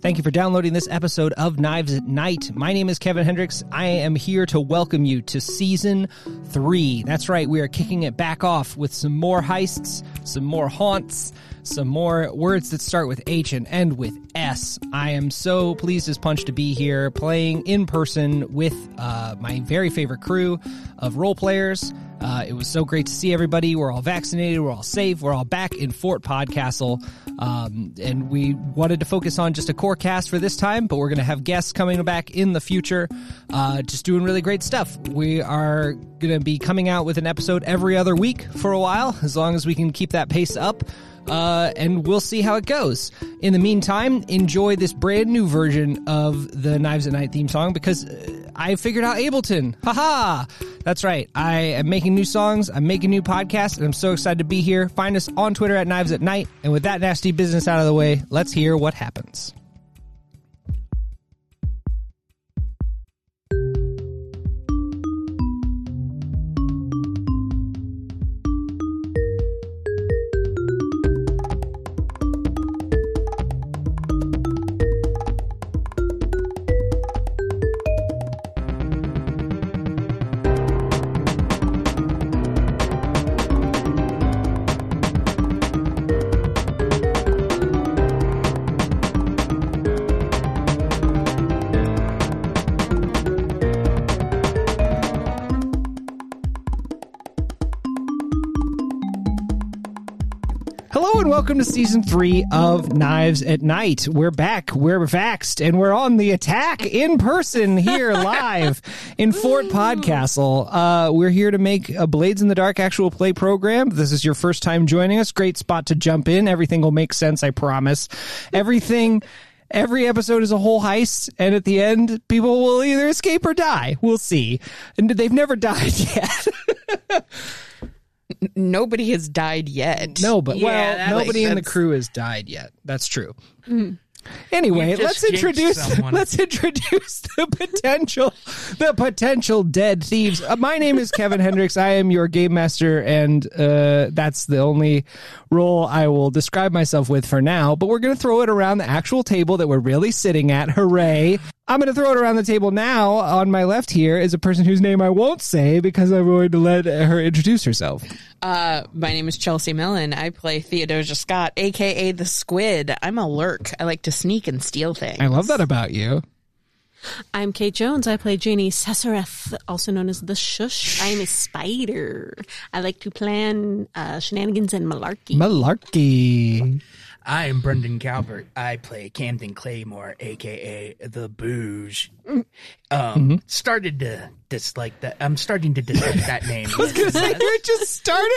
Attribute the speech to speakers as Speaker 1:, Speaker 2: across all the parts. Speaker 1: Thank you for downloading this episode of Knives at Night. My name is Kevin Hendricks. I am here to welcome you to season three. That's right, we are kicking it back off with some more heists, some more haunts, some more words that start with H and end with S. I am so pleased as punch to be here playing in person with uh, my very favorite crew of role players. Uh, it was so great to see everybody. We're all vaccinated. We're all safe. We're all back in Fort Podcastle. Um, and we wanted to focus on just a core cast for this time, but we're going to have guests coming back in the future, uh, just doing really great stuff. We are going to be coming out with an episode every other week for a while, as long as we can keep that pace up uh, and we'll see how it goes. In the meantime, enjoy this brand new version of the Knives at Night theme song because uh, I figured out Ableton. Haha! That's right. I am making new songs, I'm making new podcasts, and I'm so excited to be here. Find us on Twitter at Knives at Night. And with that nasty business out of the way, let's hear what happens. Hello and welcome to season three of Knives at Night. We're back, we're vaxxed, and we're on the attack in person here live in Fort Podcastle. Uh, we're here to make a Blades in the Dark actual play program. If This is your first time joining us. Great spot to jump in. Everything will make sense, I promise. Everything. Every episode is a whole heist, and at the end, people will either escape or die. We'll see. And they've never died yet.
Speaker 2: nobody has died yet.
Speaker 1: No, but
Speaker 3: Yeah,
Speaker 1: well,
Speaker 3: that
Speaker 1: nobody
Speaker 3: makes
Speaker 1: in the
Speaker 3: sense.
Speaker 1: crew has died yet. That's true. Anyway,
Speaker 3: You just
Speaker 1: let's
Speaker 3: jinxed
Speaker 1: introduce
Speaker 3: someone.
Speaker 1: let's introduce the potential the potential dead thieves. Uh, my name is Kevin Hendricks. I am your game master, and uh, that's the only role I will describe myself with for now. But we're going to throw it around the actual table that we're really sitting at. Hooray! I'm going to throw it around the table now. On my left here is a person whose name I won't say because I'm going to let her introduce herself.
Speaker 2: Uh, my name is Chelsea Mellon. I play Theodosia Scott, aka the Squid. I'm a lurk. I like to sneak and steal things.
Speaker 1: I love that about you.
Speaker 4: I'm Kate Jones. I play Janie Sessereth, also known as the Shush. I'm a spider. I like to plan uh, shenanigans and malarkey.
Speaker 1: Malarkey.
Speaker 3: I am Brendan Calvert. I play Camden Claymore, aka the Booge. Um,
Speaker 1: Mm-hmm.
Speaker 3: started to dislike that. I'm starting to dislike that name.
Speaker 1: You're just starting.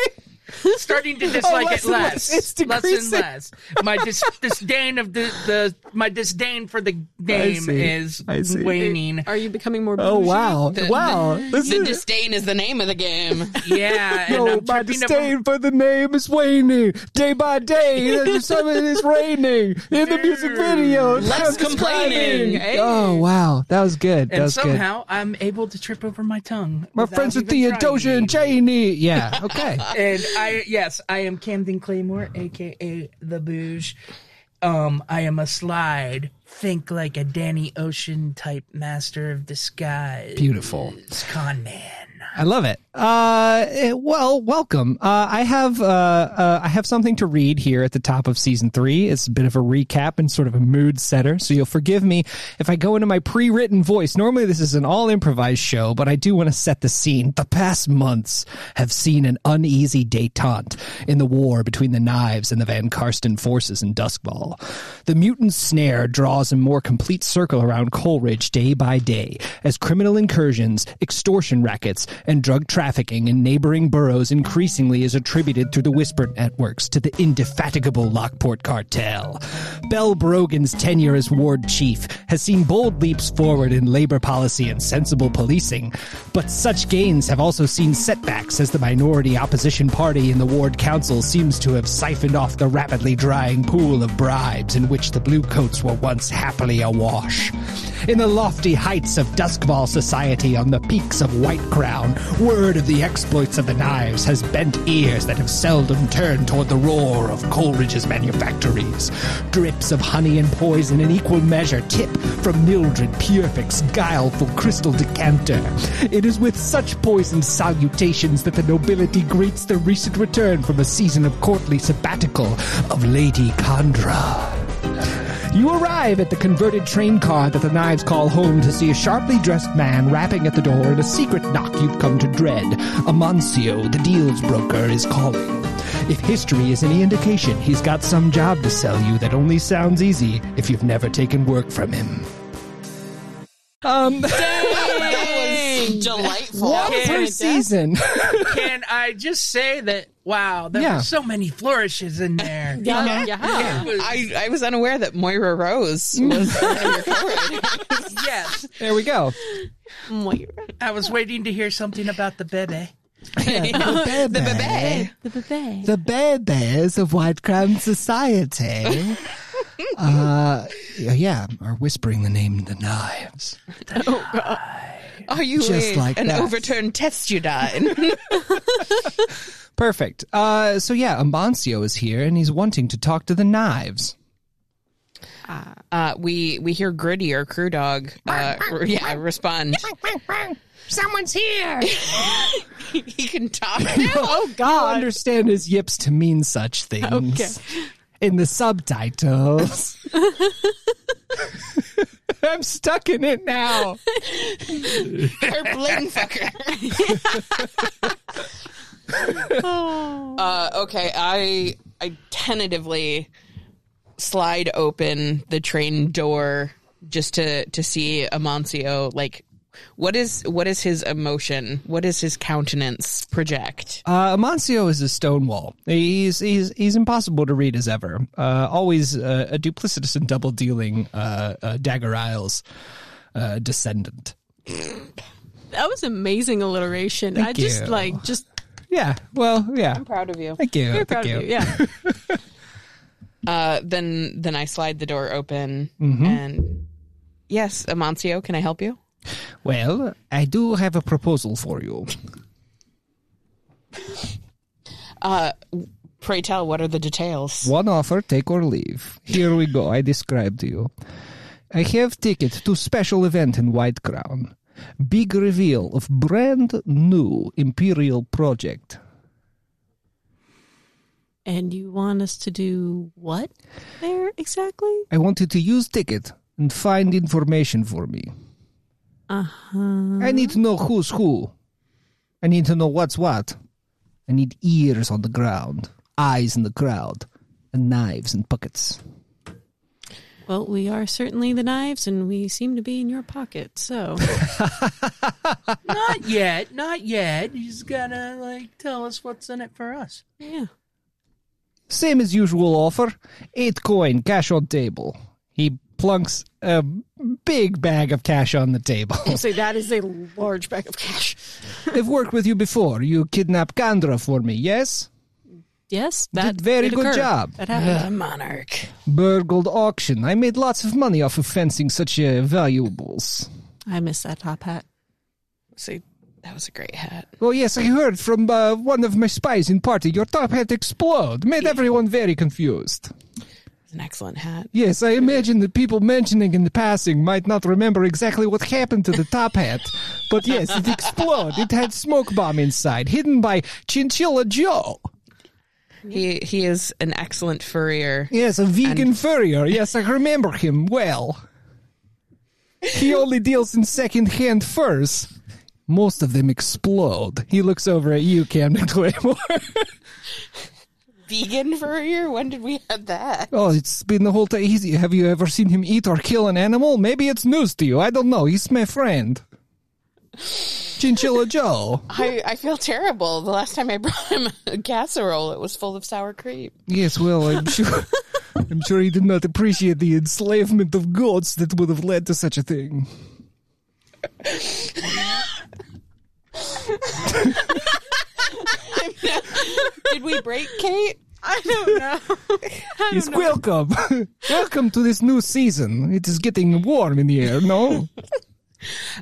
Speaker 3: starting to dislike
Speaker 1: Oh, less
Speaker 3: it
Speaker 1: and
Speaker 3: less,
Speaker 1: less. It's
Speaker 3: and
Speaker 1: decreasing.
Speaker 3: less. My dis- disdain of the, the my disdain for the game
Speaker 1: see.
Speaker 3: is
Speaker 1: I see.
Speaker 3: waning.
Speaker 4: Are you becoming more?
Speaker 1: Oh
Speaker 4: bougie?
Speaker 1: wow!
Speaker 2: The-
Speaker 1: wow!
Speaker 2: the-
Speaker 1: This
Speaker 2: the
Speaker 1: is-
Speaker 2: disdain is the name of the game.
Speaker 3: Yeah, and
Speaker 1: Yo,
Speaker 3: I'm
Speaker 1: my
Speaker 3: tripping up-
Speaker 1: disdain for the name is waning day by day. The sun is raining in the music video.
Speaker 3: Less
Speaker 1: I'm describing-
Speaker 2: complaining, eh?
Speaker 1: Oh wow, that was good. That
Speaker 3: and
Speaker 1: was good.
Speaker 3: somehow I'm able to trip over my tongue.
Speaker 1: My
Speaker 3: without
Speaker 1: friends with
Speaker 3: even trying.
Speaker 1: Theodosia and Janie. Yeah. Okay.
Speaker 3: and I yes, I am Camden Claymore, aka the Booge. Um, I am a slide, think like a Danny Ocean type master of disguise.
Speaker 1: Beautiful.
Speaker 3: Con man.
Speaker 1: I love it. Uh, eh, well, welcome. Uh, I have uh, uh, I have something to read here at the top of season three. It's a bit of a recap and sort of a mood setter, so you'll forgive me if I go into my pre-written voice. Normally, this is an all improvised show, but I do want to set the scene. The past months have seen an uneasy detente in the war between the Knives and the Van Karsten forces in Duskball. The mutant snare draws a more complete circle around Coleridge day by day as criminal incursions, extortion rackets, and drug trafficking in neighboring boroughs increasingly is attributed through the whisper networks to the indefatigable Lockport cartel. Bell Brogan's tenure as ward chief has seen bold leaps forward in labor policy and sensible policing, but such gains have also seen setbacks as the minority opposition party in the ward council seems to have siphoned off the rapidly drying pool of bribes in which the bluecoats were once happily awash. In the lofty heights of Duskball society on the peaks of White Crown, town, word of the exploits of the knives has bent ears that have seldom turned toward the roar of Coleridge's manufactories. Drips of honey and poison in equal measure tip from Mildred Purefix's guileful crystal decanter. It is with such poisoned salutations that the nobility greets the recent return from a season of courtly sabbatical of Lady Condra. You arrive at the converted train car that the knives call home to see a sharply dressed man rapping at the door in a secret knock you've come to dread. Amancio, the deals broker, is calling. If history is any indication, he's got some job to sell you that only sounds easy if you've never taken work from him. Um,
Speaker 2: Delightful.
Speaker 1: one per season.
Speaker 3: Can I just say that? Wow, there
Speaker 1: Yeah.
Speaker 3: were so many flourishes in there.
Speaker 4: Yeah.
Speaker 3: It was-
Speaker 2: I, I was unaware that Moira Rose was part of your cohort.
Speaker 3: yes,
Speaker 1: there we go.
Speaker 4: Moira.
Speaker 3: I was waiting to hear something about the bebe.
Speaker 1: The bebe.
Speaker 4: The buffet.
Speaker 1: the Bear Bears of White Crown Society. uh, yeah, are whispering the name the knives.
Speaker 2: Are you
Speaker 1: Just
Speaker 2: a-
Speaker 1: like
Speaker 2: an
Speaker 1: that.
Speaker 2: overturned test you dine?
Speaker 1: Perfect. Uh, so yeah, Ambancio is here and he's wanting to talk to the knives.
Speaker 2: Uh, we we hear Gritty or Crew Dog, uh, re- yeah, respond.
Speaker 1: Someone's here.
Speaker 2: He can talk now.
Speaker 1: oh God! understand his yips to mean such things.
Speaker 4: Okay.
Speaker 1: In the subtitles. I'm stuck in it now.
Speaker 2: Her bling fucker. uh, okay, I I tentatively slide open the train door just to to see Amancio. Like, what is what is his emotion? What is his countenance project?
Speaker 1: Uh, Amancio is a stonewall. He's he's he's impossible to read as ever. Uh, always uh, a duplicitous and double dealing uh, uh, Dagger Isles uh, descendant.
Speaker 4: That was amazing alliteration. I just
Speaker 1: you.
Speaker 4: like just
Speaker 1: Yeah. Well. Yeah.
Speaker 2: Proud of you.
Speaker 1: Thank you.
Speaker 4: very
Speaker 1: Thank
Speaker 4: proud
Speaker 1: you.
Speaker 4: of you. Yeah.
Speaker 2: Uh, then then I slide the door open and yes, Amancio, can I help you?
Speaker 1: Well, I do have a proposal for you.
Speaker 2: Uh, Pray tell, what are the details?
Speaker 1: One offer, take or leave. Here we go. I describe to you. I have ticket to special event in White Crown. Big reveal of brand new imperial project.
Speaker 4: And you want us to do what there exactly?
Speaker 1: I want you to use ticket and find information for me.
Speaker 4: Uh-huh.
Speaker 1: I need to know who's who. I need to know what's what. I need ears on the ground, eyes in the crowd, and knives and pockets.
Speaker 4: Well, we are certainly the knives and we seem to be in your pocket. So,
Speaker 3: Not yet, not yet. He's gotta like tell us what's in it for us.
Speaker 4: yeah.
Speaker 1: Same as usual offer. Eight coin, cash on table. He plunks a big bag of cash on the table.
Speaker 4: So that is a large bag of cash.
Speaker 1: I've worked with you before. You kidnapped Kandra for me, yes?
Speaker 4: Yes, that
Speaker 1: Did very
Speaker 4: did
Speaker 1: good
Speaker 4: occur.
Speaker 1: job.
Speaker 4: That happened.
Speaker 2: monarch.
Speaker 1: Burgled auction. I made lots of money off of fencing such uh, valuables.
Speaker 4: I miss that top hat.
Speaker 2: See, that was a great hat.
Speaker 1: Oh yes, I heard from uh, one of my spies in party. Your top hat explode made everyone very confused.
Speaker 2: It's an excellent hat.
Speaker 1: Yes, I imagine that people mentioning in the passing might not remember exactly what happened to the top hat, but yes, it exploded. It had smoke bomb inside, hidden by Chinchilla Joe.
Speaker 2: He he is an excellent furrier.
Speaker 1: Yes, a vegan furrier. Yes, I remember him well. He only deals in second-hand furs. Most of them explode. He looks over at you, Camden Claymore.
Speaker 2: Vegan furrier? When did we have that?
Speaker 1: Oh, it's been the whole time. He's, have you ever seen him eat or kill an animal? Maybe it's news to you. I don't know. He's my friend. Chinchilla Joe.
Speaker 2: I, I feel terrible. The last time I brought him a casserole, it was full of sour cream.
Speaker 1: Yes, well, I'm sure. I'm sure he did not appreciate the enslavement of goats that would have led to such a thing.
Speaker 2: Did we break Kate?
Speaker 4: I don't know.
Speaker 1: Yes, welcome. welcome to this new season. It is getting warm in here, no?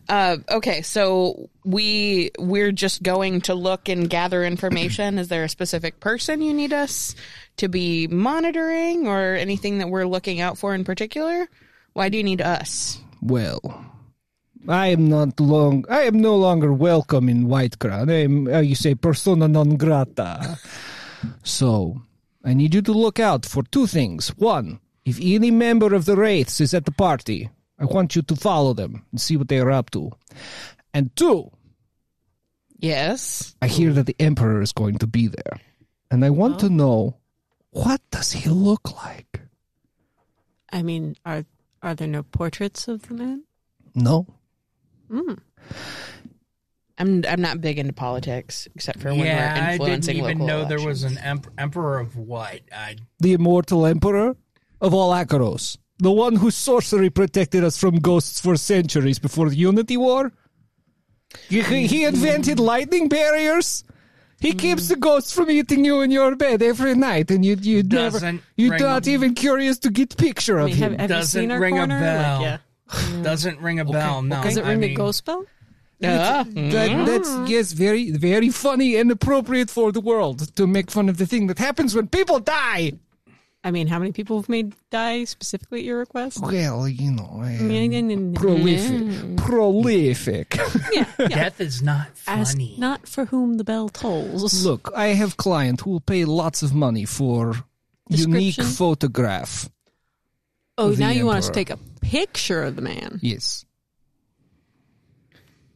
Speaker 2: Uh, okay, so we we're just going to look and gather information. Is there a specific person you need us to be monitoring, or anything that we're looking out for in particular? Why do you need us?
Speaker 1: Well, I am not long. I am no longer welcome in White Crown. I am, how you say, persona non grata. So, I need you to look out for two things. One, if any member of the Wraiths is at the party, I want you to follow them and see what they are up to. And two,
Speaker 2: Yes.
Speaker 1: I hear that the Emperor is going to be there, and I want to know what does he look like.
Speaker 4: I mean, are are there no portraits of the man?
Speaker 1: No,
Speaker 2: I'm I'm not big into politics except for when we're
Speaker 3: yeah, I didn't
Speaker 2: influencing
Speaker 3: even
Speaker 2: local
Speaker 3: know there was
Speaker 2: elections.
Speaker 3: an em- emperor of what. I
Speaker 1: the immortal Emperor of all Akaros, the one whose sorcery protected us from ghosts for centuries before the Unity War. He, he- he invented lightning barriers. He keeps the ghosts from eating you in your bed every night, and you you never
Speaker 3: Doesn't
Speaker 1: you're
Speaker 3: ring
Speaker 1: not
Speaker 3: a-
Speaker 1: even curious to get picture
Speaker 4: I
Speaker 1: of
Speaker 4: mean, have,
Speaker 1: him.
Speaker 4: have you
Speaker 3: Doesn't
Speaker 4: seen our
Speaker 3: ring a
Speaker 4: corner?
Speaker 3: bell.
Speaker 4: Like, yeah.
Speaker 3: doesn't ring a bell. No,
Speaker 4: Does it
Speaker 3: I
Speaker 4: ring the
Speaker 3: mean,
Speaker 4: ghost bell?
Speaker 2: Ah.
Speaker 1: That, that's yes, very very funny and appropriate for the world to make fun of the thing that happens when people die.
Speaker 4: I mean, how many people have made die specifically at your request?
Speaker 1: Well, you know, I am
Speaker 4: Yeah,
Speaker 1: prolific,
Speaker 4: Mm.
Speaker 1: prolific.
Speaker 3: Death is not
Speaker 4: Ask
Speaker 3: funny.
Speaker 4: not for whom the bell tolls.
Speaker 1: Look, I have client who will pay lots of money for unique
Speaker 4: Description?
Speaker 1: photograph.
Speaker 4: oh,
Speaker 1: the
Speaker 4: now you want us to
Speaker 1: emperor.
Speaker 4: take a picture of the man
Speaker 1: Yes,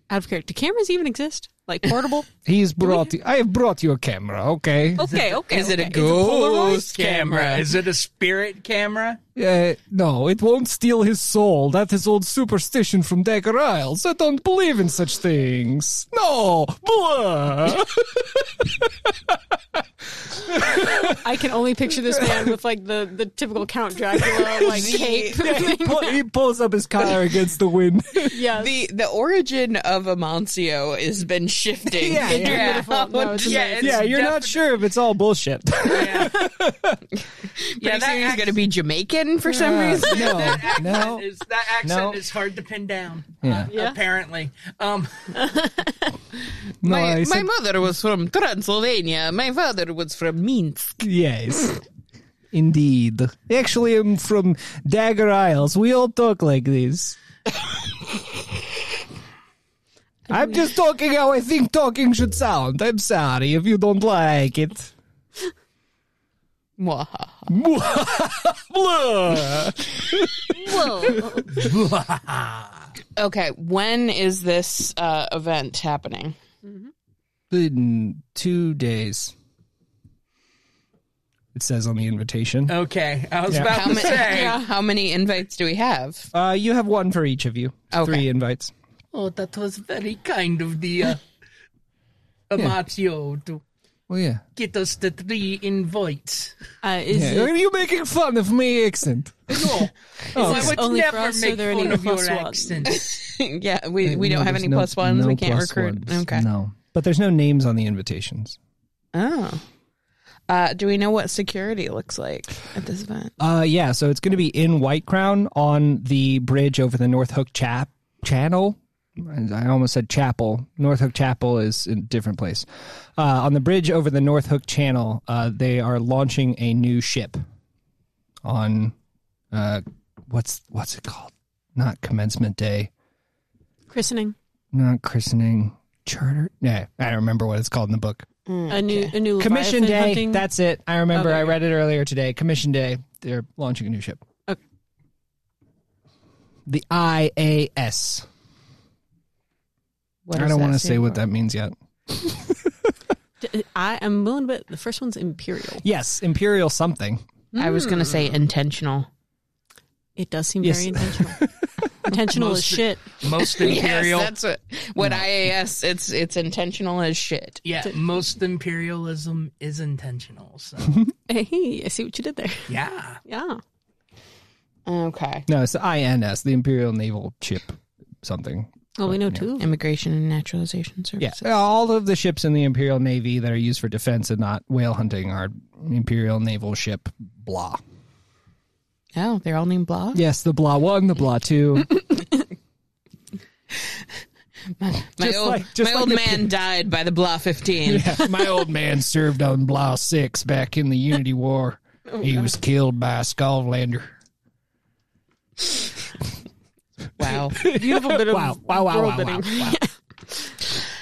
Speaker 4: out of character. Do cameras even exist? Like portable?
Speaker 1: he has brought. I have Oh. brought you a camera. Okay.
Speaker 4: okay, okay.
Speaker 2: Is it a
Speaker 4: okay. Polaroid?
Speaker 2: ghost
Speaker 3: camera.
Speaker 2: camera?
Speaker 3: Is it a spirit camera?
Speaker 1: Uh, no, it won't steal his soul. That is old superstition from Dagger Isles. I don't believe in such things. No, blah.
Speaker 4: I can only picture this man with like the, the typical Count Dracula like cape.
Speaker 1: he, pu- he pulls up his collar against the wind.
Speaker 4: yes.
Speaker 2: The the origin of Amancio has been shifting.
Speaker 1: Yeah,
Speaker 2: It's
Speaker 1: yeah.
Speaker 4: Beautiful. No, it's
Speaker 3: Yeah,
Speaker 4: amazing.
Speaker 3: it's
Speaker 1: yeah, you're not
Speaker 3: definite-
Speaker 1: sure if it's all bullshit.
Speaker 3: Yeah,
Speaker 2: Pretty
Speaker 3: that
Speaker 2: soon he's
Speaker 3: act-
Speaker 2: going to be Jamaican for some
Speaker 1: Uh,
Speaker 2: reason.
Speaker 1: no,
Speaker 3: that accent
Speaker 1: no.
Speaker 3: is that accent
Speaker 1: No.
Speaker 3: is hard to pin down. uh,
Speaker 1: Yeah.
Speaker 4: Yeah.
Speaker 3: Apparently, um,
Speaker 1: No,
Speaker 2: My,
Speaker 1: I
Speaker 2: my
Speaker 1: said-
Speaker 2: mother was from Transylvania. My father was from Minsk.
Speaker 1: Yes. Indeed. Actually, I'm from Dagger Isles. We all talk like this. I'm just talking how I think talking should sound. I'm sorry if you don't like it.
Speaker 2: Mwahaha.
Speaker 1: Blah.
Speaker 4: Whoa.
Speaker 2: Okay, when is this uh, event happening?
Speaker 1: In two days. It says on the invitation.
Speaker 3: okay, I was about
Speaker 2: How,
Speaker 3: to
Speaker 2: ma-
Speaker 3: say.
Speaker 2: yeah, how many invites do we have?
Speaker 1: Uh, you have one for each of you.
Speaker 2: Okay.
Speaker 1: Three invites.
Speaker 3: Oh, that was very kind of the uh, Amatio to
Speaker 1: Well, Oh, yeah.
Speaker 3: get us the three invites.
Speaker 4: Uh, is
Speaker 1: yeah.
Speaker 4: it
Speaker 1: Are you making fun of my accent?
Speaker 3: No, I
Speaker 4: this
Speaker 3: would
Speaker 4: only for
Speaker 3: never
Speaker 4: us, or
Speaker 3: make
Speaker 4: there are
Speaker 3: fun
Speaker 4: any
Speaker 3: of your
Speaker 4: plus ones?
Speaker 3: accent.
Speaker 2: yeah, we, we
Speaker 1: No,
Speaker 2: don't have
Speaker 1: there's
Speaker 2: any
Speaker 1: no-
Speaker 2: plus ones.
Speaker 1: no
Speaker 2: we can't
Speaker 1: plus
Speaker 2: recruit.
Speaker 1: ones.
Speaker 2: Okay.
Speaker 1: No. But there's no names on the invitations.
Speaker 2: Oh. Uh, do we know what security looks like at this event?
Speaker 1: Uh, yeah, so it's going to be in White Crown on the bridge over the North Hook Chap Channel. I almost said chapel. North Hook Chapel is a different place. Uh, on the bridge over the North Hook Channel, uh, they are launching a new ship. On, uh, what's what's it called? Not commencement day.
Speaker 4: christening?
Speaker 1: Not christening. Charter. Yeah, I don't remember what it's called in the book.
Speaker 4: A new a new
Speaker 1: Commission
Speaker 4: Leviathan
Speaker 1: day.
Speaker 4: hunting?
Speaker 1: That's it. I remember.
Speaker 4: Oh, there
Speaker 1: I
Speaker 4: you go.
Speaker 1: read it earlier today. Commission day. They're launching a new ship.
Speaker 4: Okay.
Speaker 1: The IAS.
Speaker 2: What
Speaker 1: I
Speaker 2: does
Speaker 1: don't
Speaker 2: that
Speaker 1: want to say
Speaker 2: stand
Speaker 1: what
Speaker 2: for?
Speaker 1: that means yet.
Speaker 4: D- I am willing to bet the first one's imperial.
Speaker 1: Yes, Imperial something.
Speaker 2: I was going to
Speaker 1: Hmm.
Speaker 2: say intentional.
Speaker 4: It does seem
Speaker 1: Yes.
Speaker 4: very intentional. intentional as
Speaker 3: Mostly.
Speaker 4: shit.
Speaker 3: Most
Speaker 2: Yes,
Speaker 3: imperial,
Speaker 2: that's what, what IAS. It's it's intentional as shit.
Speaker 3: yeah, most imperialism is intentional. So,
Speaker 4: Hey, I see what you did there.
Speaker 3: yeah.
Speaker 4: Yeah.
Speaker 2: Okay.
Speaker 1: No, it's the INS, the Imperial Naval Ship something.
Speaker 4: Well, we know two.
Speaker 2: Immigration and naturalization services.
Speaker 1: Yeah. All of the ships in the Imperial Navy that are used for defense and not whale hunting are Imperial Naval Ship blah.
Speaker 2: Oh, they're all named Blah.
Speaker 1: Yes, the blah 1, the blah 2.
Speaker 2: My
Speaker 1: Just
Speaker 2: old,
Speaker 1: like- just like
Speaker 2: my old
Speaker 1: the-
Speaker 2: man died by the Blah 15.
Speaker 1: My old man served on Blah 6 back in the Unity War.
Speaker 2: Oh,
Speaker 1: He was killed by a Skovlander.
Speaker 2: Wow.
Speaker 4: Beautiful bit of
Speaker 1: Wow, wow, wow,
Speaker 4: world
Speaker 1: wow, wow,
Speaker 4: building.
Speaker 1: wow.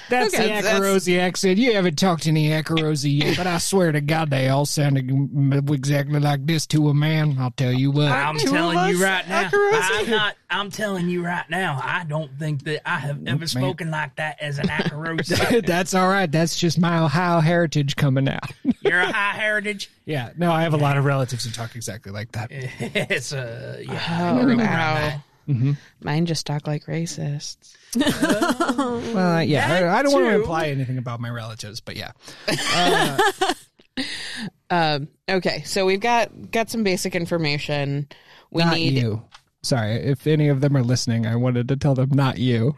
Speaker 1: That's
Speaker 2: Okay,
Speaker 1: the
Speaker 2: that's-
Speaker 1: Akarosi accent. You haven't talked to any Akarosi yet, but I swear to God, they all sounded m- exactly like this to a man. I'll tell you what.
Speaker 3: I'm
Speaker 2: two of
Speaker 3: telling
Speaker 2: us
Speaker 3: you right now.
Speaker 2: are Karazi?
Speaker 3: I'm not. I'm telling you right now. I don't think that I have ever spoken like that as an Akarosi.
Speaker 1: That's all right. That's just my Ohio heritage coming out.
Speaker 3: You're a high heritage.
Speaker 1: Yeah, no, I have a lot of relatives who talk exactly like that.
Speaker 3: it's a yeah.
Speaker 2: Oh, wow.
Speaker 1: Mm-hmm.
Speaker 2: Mine just talk like racists.
Speaker 1: Well, yeah, I, I don't want to
Speaker 3: too.
Speaker 1: imply anything about my relatives, but yeah,
Speaker 2: Um, okay, so we've got got some basic information. We
Speaker 1: not
Speaker 2: need
Speaker 1: you. Sorry, if any of them are listening, I wanted to tell them not you.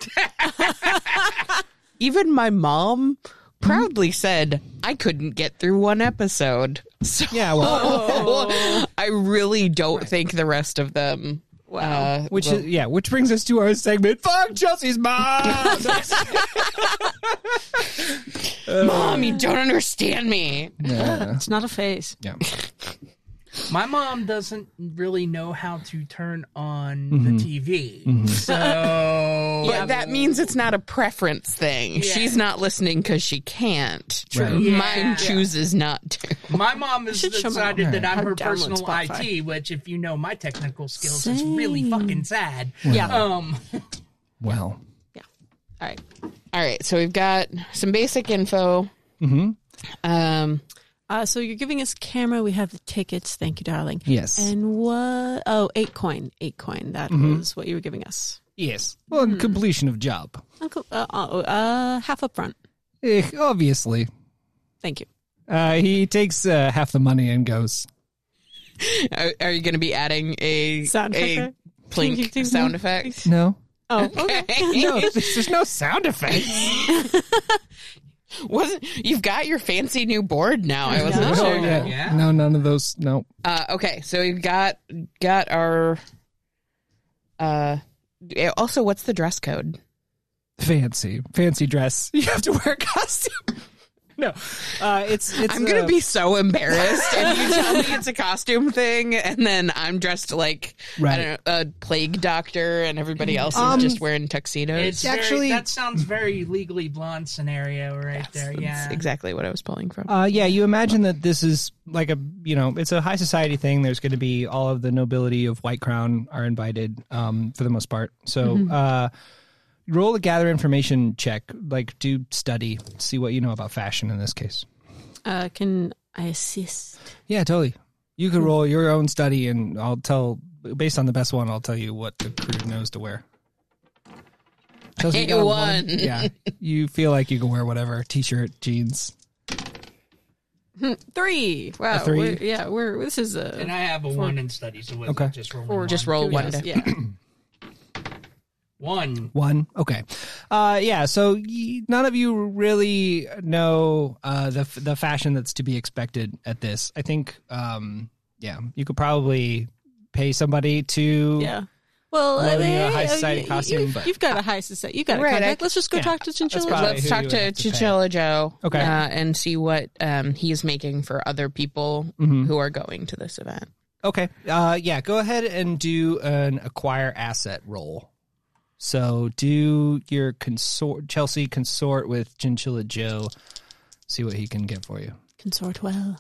Speaker 2: even my mom proudly said I couldn't get through one episode. So
Speaker 1: Yeah, well, Oh.
Speaker 2: I really don't think the rest of them. uh, Wow.
Speaker 1: which is, yeah, which brings us to our segment. Fuck Chelsea's mom.
Speaker 2: mom, you don't understand me.
Speaker 1: yeah,
Speaker 4: It's not a phase.
Speaker 1: yeah.
Speaker 3: My mom doesn't really know how to turn on the TV, so
Speaker 2: But that means it's not a preference thing. She's not listening because she can't.
Speaker 1: True.
Speaker 2: Mine
Speaker 1: Yeah.
Speaker 2: chooses not to.
Speaker 3: my mom has
Speaker 4: should show my
Speaker 3: decided
Speaker 4: mom
Speaker 3: that
Speaker 4: how
Speaker 3: I'm
Speaker 4: to
Speaker 3: her
Speaker 4: download
Speaker 3: personal
Speaker 4: Spotify.
Speaker 3: IT, which, if you know my technical skills, is really
Speaker 4: Same.
Speaker 3: fucking sad.
Speaker 4: Yeah.
Speaker 3: Um.
Speaker 1: Well,
Speaker 4: yeah.
Speaker 2: All right. All right. So we've got some basic info. Mm-hmm. Um,
Speaker 4: Uh, so you're giving us camera. We have the tickets. Thank you, darling.
Speaker 1: Yes.
Speaker 4: And what? Oh, eight coin. Eight coin. That
Speaker 1: Mm-hmm.
Speaker 4: was what you were giving us.
Speaker 1: yes. Well, and completion of job,
Speaker 4: Uncle, uh, uh, uh, half up front.
Speaker 1: eh, obviously.
Speaker 4: Thank you.
Speaker 1: Uh, he takes uh, half the money and goes.
Speaker 2: are, are you going to be adding a
Speaker 4: Sound
Speaker 2: a
Speaker 4: effect? Ding, ding,
Speaker 2: plink
Speaker 4: ding,
Speaker 2: sound
Speaker 4: ding.
Speaker 2: effect?
Speaker 1: No,
Speaker 4: Oh, okay.
Speaker 1: no, there's there's no sound effects.
Speaker 2: Wasn't you've got your fancy new board now? I wasn't
Speaker 4: know.
Speaker 2: sure.
Speaker 3: Oh, yeah. Yeah.
Speaker 1: No, none of those. No.
Speaker 2: Uh, okay, so we've got got our. Uh, yeah, also, what's the dress code?
Speaker 1: fancy fancy dress you have to wear a costume no uh it's it's
Speaker 2: I'm gonna
Speaker 1: uh,
Speaker 2: be so embarrassed if you tell me it's a costume thing, and then I'm dressed like I
Speaker 1: Right.
Speaker 2: don't know, a plague doctor, and everybody else is
Speaker 1: Um,
Speaker 2: just wearing tuxedos.
Speaker 3: It's
Speaker 1: Actually-
Speaker 3: actually that sounds very legally blonde scenario right there.
Speaker 2: That's
Speaker 3: Yeah,
Speaker 2: exactly what I was pulling from.
Speaker 1: uh yeah you imagine that this is like a you know it's a high society thing there's going to be all of the nobility of white crown are invited um for the most part so uh roll a gather information check like do study see what you know about fashion in this case
Speaker 4: Uh, can I assist?
Speaker 1: yeah totally you could roll your own study and i'll tell based on the best one i'll tell you what the crew knows to wear Chelsea, you got a
Speaker 2: one.
Speaker 1: yeah you feel like you can wear whatever t-shirt jeans
Speaker 4: Hmm, Three. Wow.
Speaker 1: A three?
Speaker 4: We're, yeah, we're. This is a.
Speaker 3: and I have a one in study, so what's
Speaker 1: Okay.
Speaker 3: it, just rolling
Speaker 4: Or
Speaker 2: Just
Speaker 3: one?
Speaker 2: roll one. die.
Speaker 4: Yes, yeah.
Speaker 3: one.
Speaker 1: One. Okay. Uh, yeah. So y- none of you really know uh, the f- the fashion that's to be expected at this. I think. Um, yeah, you could probably pay somebody to.
Speaker 4: Yeah. Well,
Speaker 1: Well,
Speaker 4: I mean,
Speaker 1: yeah, high
Speaker 4: I-
Speaker 1: society
Speaker 4: you-
Speaker 1: costume,
Speaker 4: you've,
Speaker 1: but-
Speaker 4: you've got a high society. You've got a
Speaker 2: Right,
Speaker 4: contact.
Speaker 2: I-
Speaker 4: Let's just go
Speaker 1: yeah,
Speaker 4: talk to
Speaker 1: that's
Speaker 4: Chinchilla.
Speaker 1: probably-
Speaker 2: Let's
Speaker 1: who
Speaker 2: talk
Speaker 1: you
Speaker 2: to
Speaker 1: have to pay.
Speaker 2: Chinchilla Joe.
Speaker 1: Okay.
Speaker 2: Uh, and see what um, he's making for other people
Speaker 1: Mm-hmm.
Speaker 2: who are going to this event.
Speaker 1: Okay. Uh, yeah. Go ahead and do an acquire asset roll. So do your consort Chelsea consort with Chinchilla Joe. See what he can get for you.
Speaker 4: Consort well.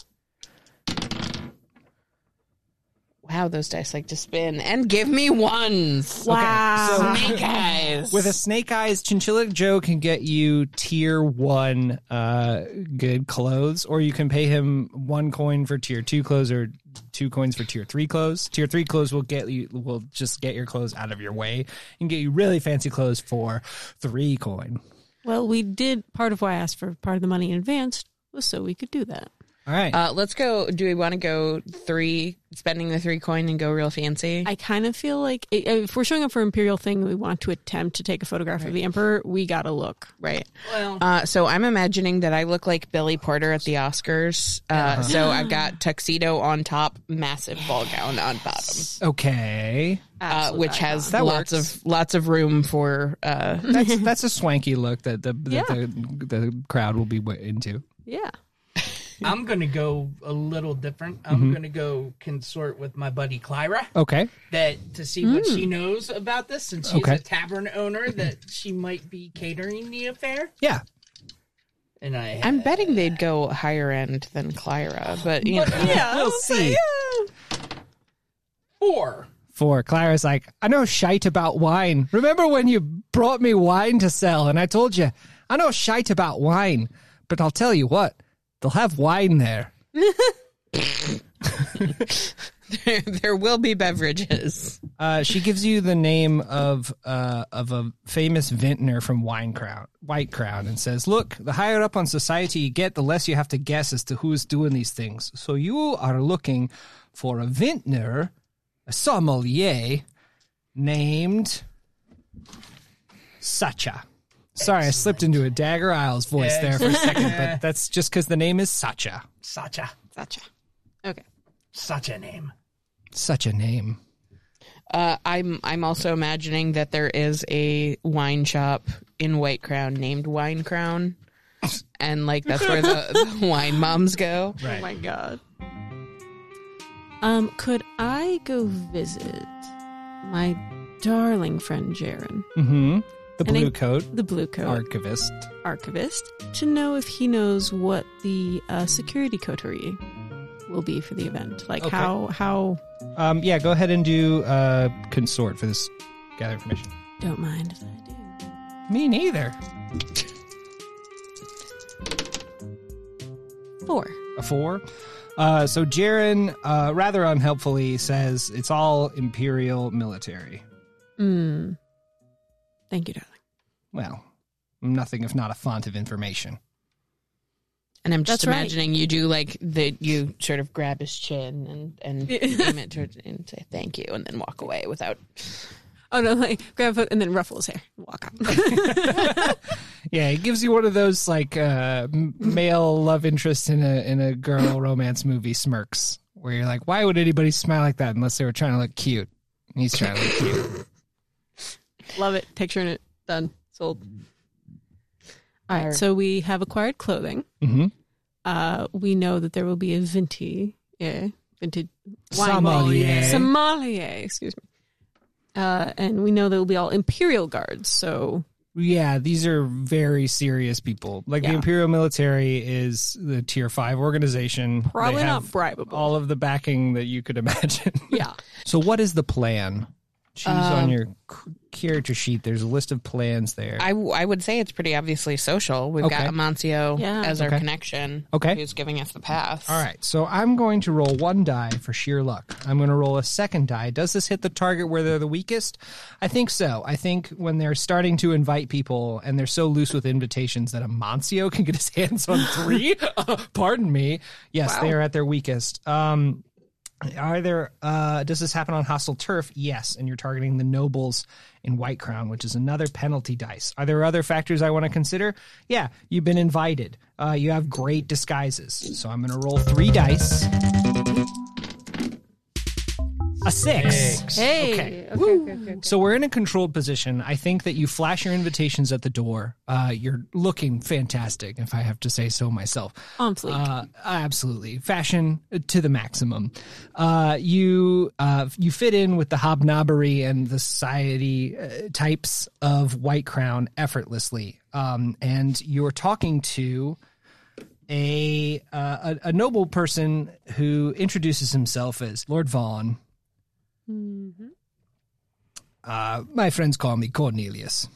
Speaker 2: Wow, those dice like to spin and give me ones. Oh,
Speaker 4: Wow.
Speaker 2: Snake eyes.
Speaker 1: With a snake eyes, Chinchilla Joe can get you tier one uh, good clothes, or you can pay him one coin for tier two clothes, or two coins for tier three clothes. Tier three clothes will get you will just get your clothes out of your way and get you really fancy clothes for three coin.
Speaker 4: well, we did. Part of why I asked for part of the money in advance was so we could do that.
Speaker 1: All right.
Speaker 2: Uh, let's go. Do we want to go three, spending the three coin and go real fancy?
Speaker 4: I kind of feel like i- if we're showing up for Imperial thing, we want to attempt to take a photograph of the Emperor. We gotta look.
Speaker 2: right.
Speaker 3: Well,
Speaker 2: Uh, so I'm imagining that I look like Billy Porter at the Oscars. Uh, So I've got tuxedo on top, massive ball gown on bottom,
Speaker 1: okay.
Speaker 2: uh, which has
Speaker 1: That
Speaker 2: lots
Speaker 1: works.
Speaker 2: of lots of room for. Uh,
Speaker 1: That's that's a swanky look that the that
Speaker 4: Yeah.
Speaker 1: the, the crowd will be wa- into.
Speaker 4: Yeah.
Speaker 3: I'm gonna go a little different. I'm gonna go consort with my buddy Clyra
Speaker 1: Okay.
Speaker 3: that to see what she knows about this, since she's
Speaker 1: Okay.
Speaker 3: a tavern owner, that she might be catering the affair.
Speaker 1: Yeah.
Speaker 3: And I,
Speaker 2: I'm betting they'd go higher end than Clyra, but you know.
Speaker 3: yeah,
Speaker 1: We'll see.
Speaker 3: four.
Speaker 1: Four. Clara's like, I know shite about wine. Remember when you brought me wine to sell and I told you, I know shite about wine, but I'll tell you what, they'll have wine there.
Speaker 2: there, there will be beverages.
Speaker 1: Uh, she gives you the name of uh, of a famous vintner from Wine Crown, White Crown, and says, "Look, the higher up on society you get, the less you have to guess as to who's doing these things. So you are looking for a vintner, a sommelier named Sacha." Sorry, I slipped into a Dagger Isles voice there for a second, but that's just because the name is Sacha.
Speaker 3: Such a
Speaker 4: Gotcha. Okay.
Speaker 3: such a name.
Speaker 1: Such a name.
Speaker 2: Uh, I'm I'm also imagining that there is a wine shop in White Crown named Wine Crown, and like that's where the, the wine moms go.
Speaker 4: Oh my god. Um, could I go visit my darling friend Jaren,
Speaker 1: Mm-hmm. The
Speaker 4: And I-
Speaker 1: blue coat
Speaker 4: the blue coat
Speaker 1: archivist.
Speaker 4: archivist, to know if he knows what the uh, security coterie will be for the event? Like
Speaker 1: Okay.
Speaker 4: how how
Speaker 1: Um, yeah, go ahead and do uh, consort for this gather information.
Speaker 4: don't mind if I do.
Speaker 1: Me neither.
Speaker 4: Four.
Speaker 1: A four. Uh, so Jaren, uh, rather unhelpfully, says it's all imperial military.
Speaker 4: Mm. Thank you, darling.
Speaker 1: Well, nothing if not a font of information.
Speaker 2: And I'm just
Speaker 4: That's right.
Speaker 2: imagining you do like that. You sort of grab his chin and and aim it towards and say thank you, and then walk away without.
Speaker 4: Oh no! Like grab foot and then ruffle his hair, and walk out.
Speaker 1: Yeah, it gives you one of those like uh, m- male love interest in a in a girl romance movie smirks, where you're like, why would anybody smile like that unless they were trying to look cute? And he's trying to look cute.
Speaker 4: Love it. Picturing it. Done. Sold. All right.
Speaker 2: Alright.
Speaker 4: So we have acquired clothing.
Speaker 1: Mm-hmm.
Speaker 4: Uh, we know that there will be a vinti, yeah, vintage wine bottle.
Speaker 1: Sommelier.
Speaker 4: sommelier. Excuse me. Uh, and we know there will be all imperial guards. So
Speaker 1: Yeah, these are very serious people. Like the
Speaker 4: Yeah.
Speaker 1: Imperial Military is the tier five organization. They
Speaker 4: probably not
Speaker 1: have
Speaker 4: bribable.
Speaker 1: all of the backing that you could imagine.
Speaker 4: yeah.
Speaker 1: so, what is the plan? Choose
Speaker 4: Um,
Speaker 1: on your c- character sheet. There's a list of plans there.
Speaker 2: I, w- I would say it's pretty obviously social. We've
Speaker 1: Okay.
Speaker 2: got Amancio
Speaker 4: Yeah.
Speaker 2: as our
Speaker 1: Okay.
Speaker 2: connection.
Speaker 1: Okay.
Speaker 2: who's giving us the pass?
Speaker 1: all right, so I'm going to roll one die for sheer luck. I'm going to roll a second die. Does this hit the target where they're the weakest? I think so. I think when they're starting to invite people and they're so loose with invitations that Amancio can get his hands on three. pardon me. Yes, they are at their weakest. Um, are there uh does this happen on hostile turf yes and you're targeting the nobles in white crown which is another penalty dice are there other factors i want to consider yeah you've been invited uh you have great disguises so i'm gonna roll three dice a six,
Speaker 4: Hey.
Speaker 1: Okay. so we're in a controlled position i think that you flash your invitations at the door uh you're looking fantastic if i have to say so myself
Speaker 4: On fleek.
Speaker 1: uh, absolutely, fashion to the maximum. Uh, you uh, you fit in with the hobnobbery and the society uh, types of White Crown effortlessly, um, and you're talking to a, uh, a a noble person who introduces himself as Lord Vaughn. Uh, my friends call me Cornelius.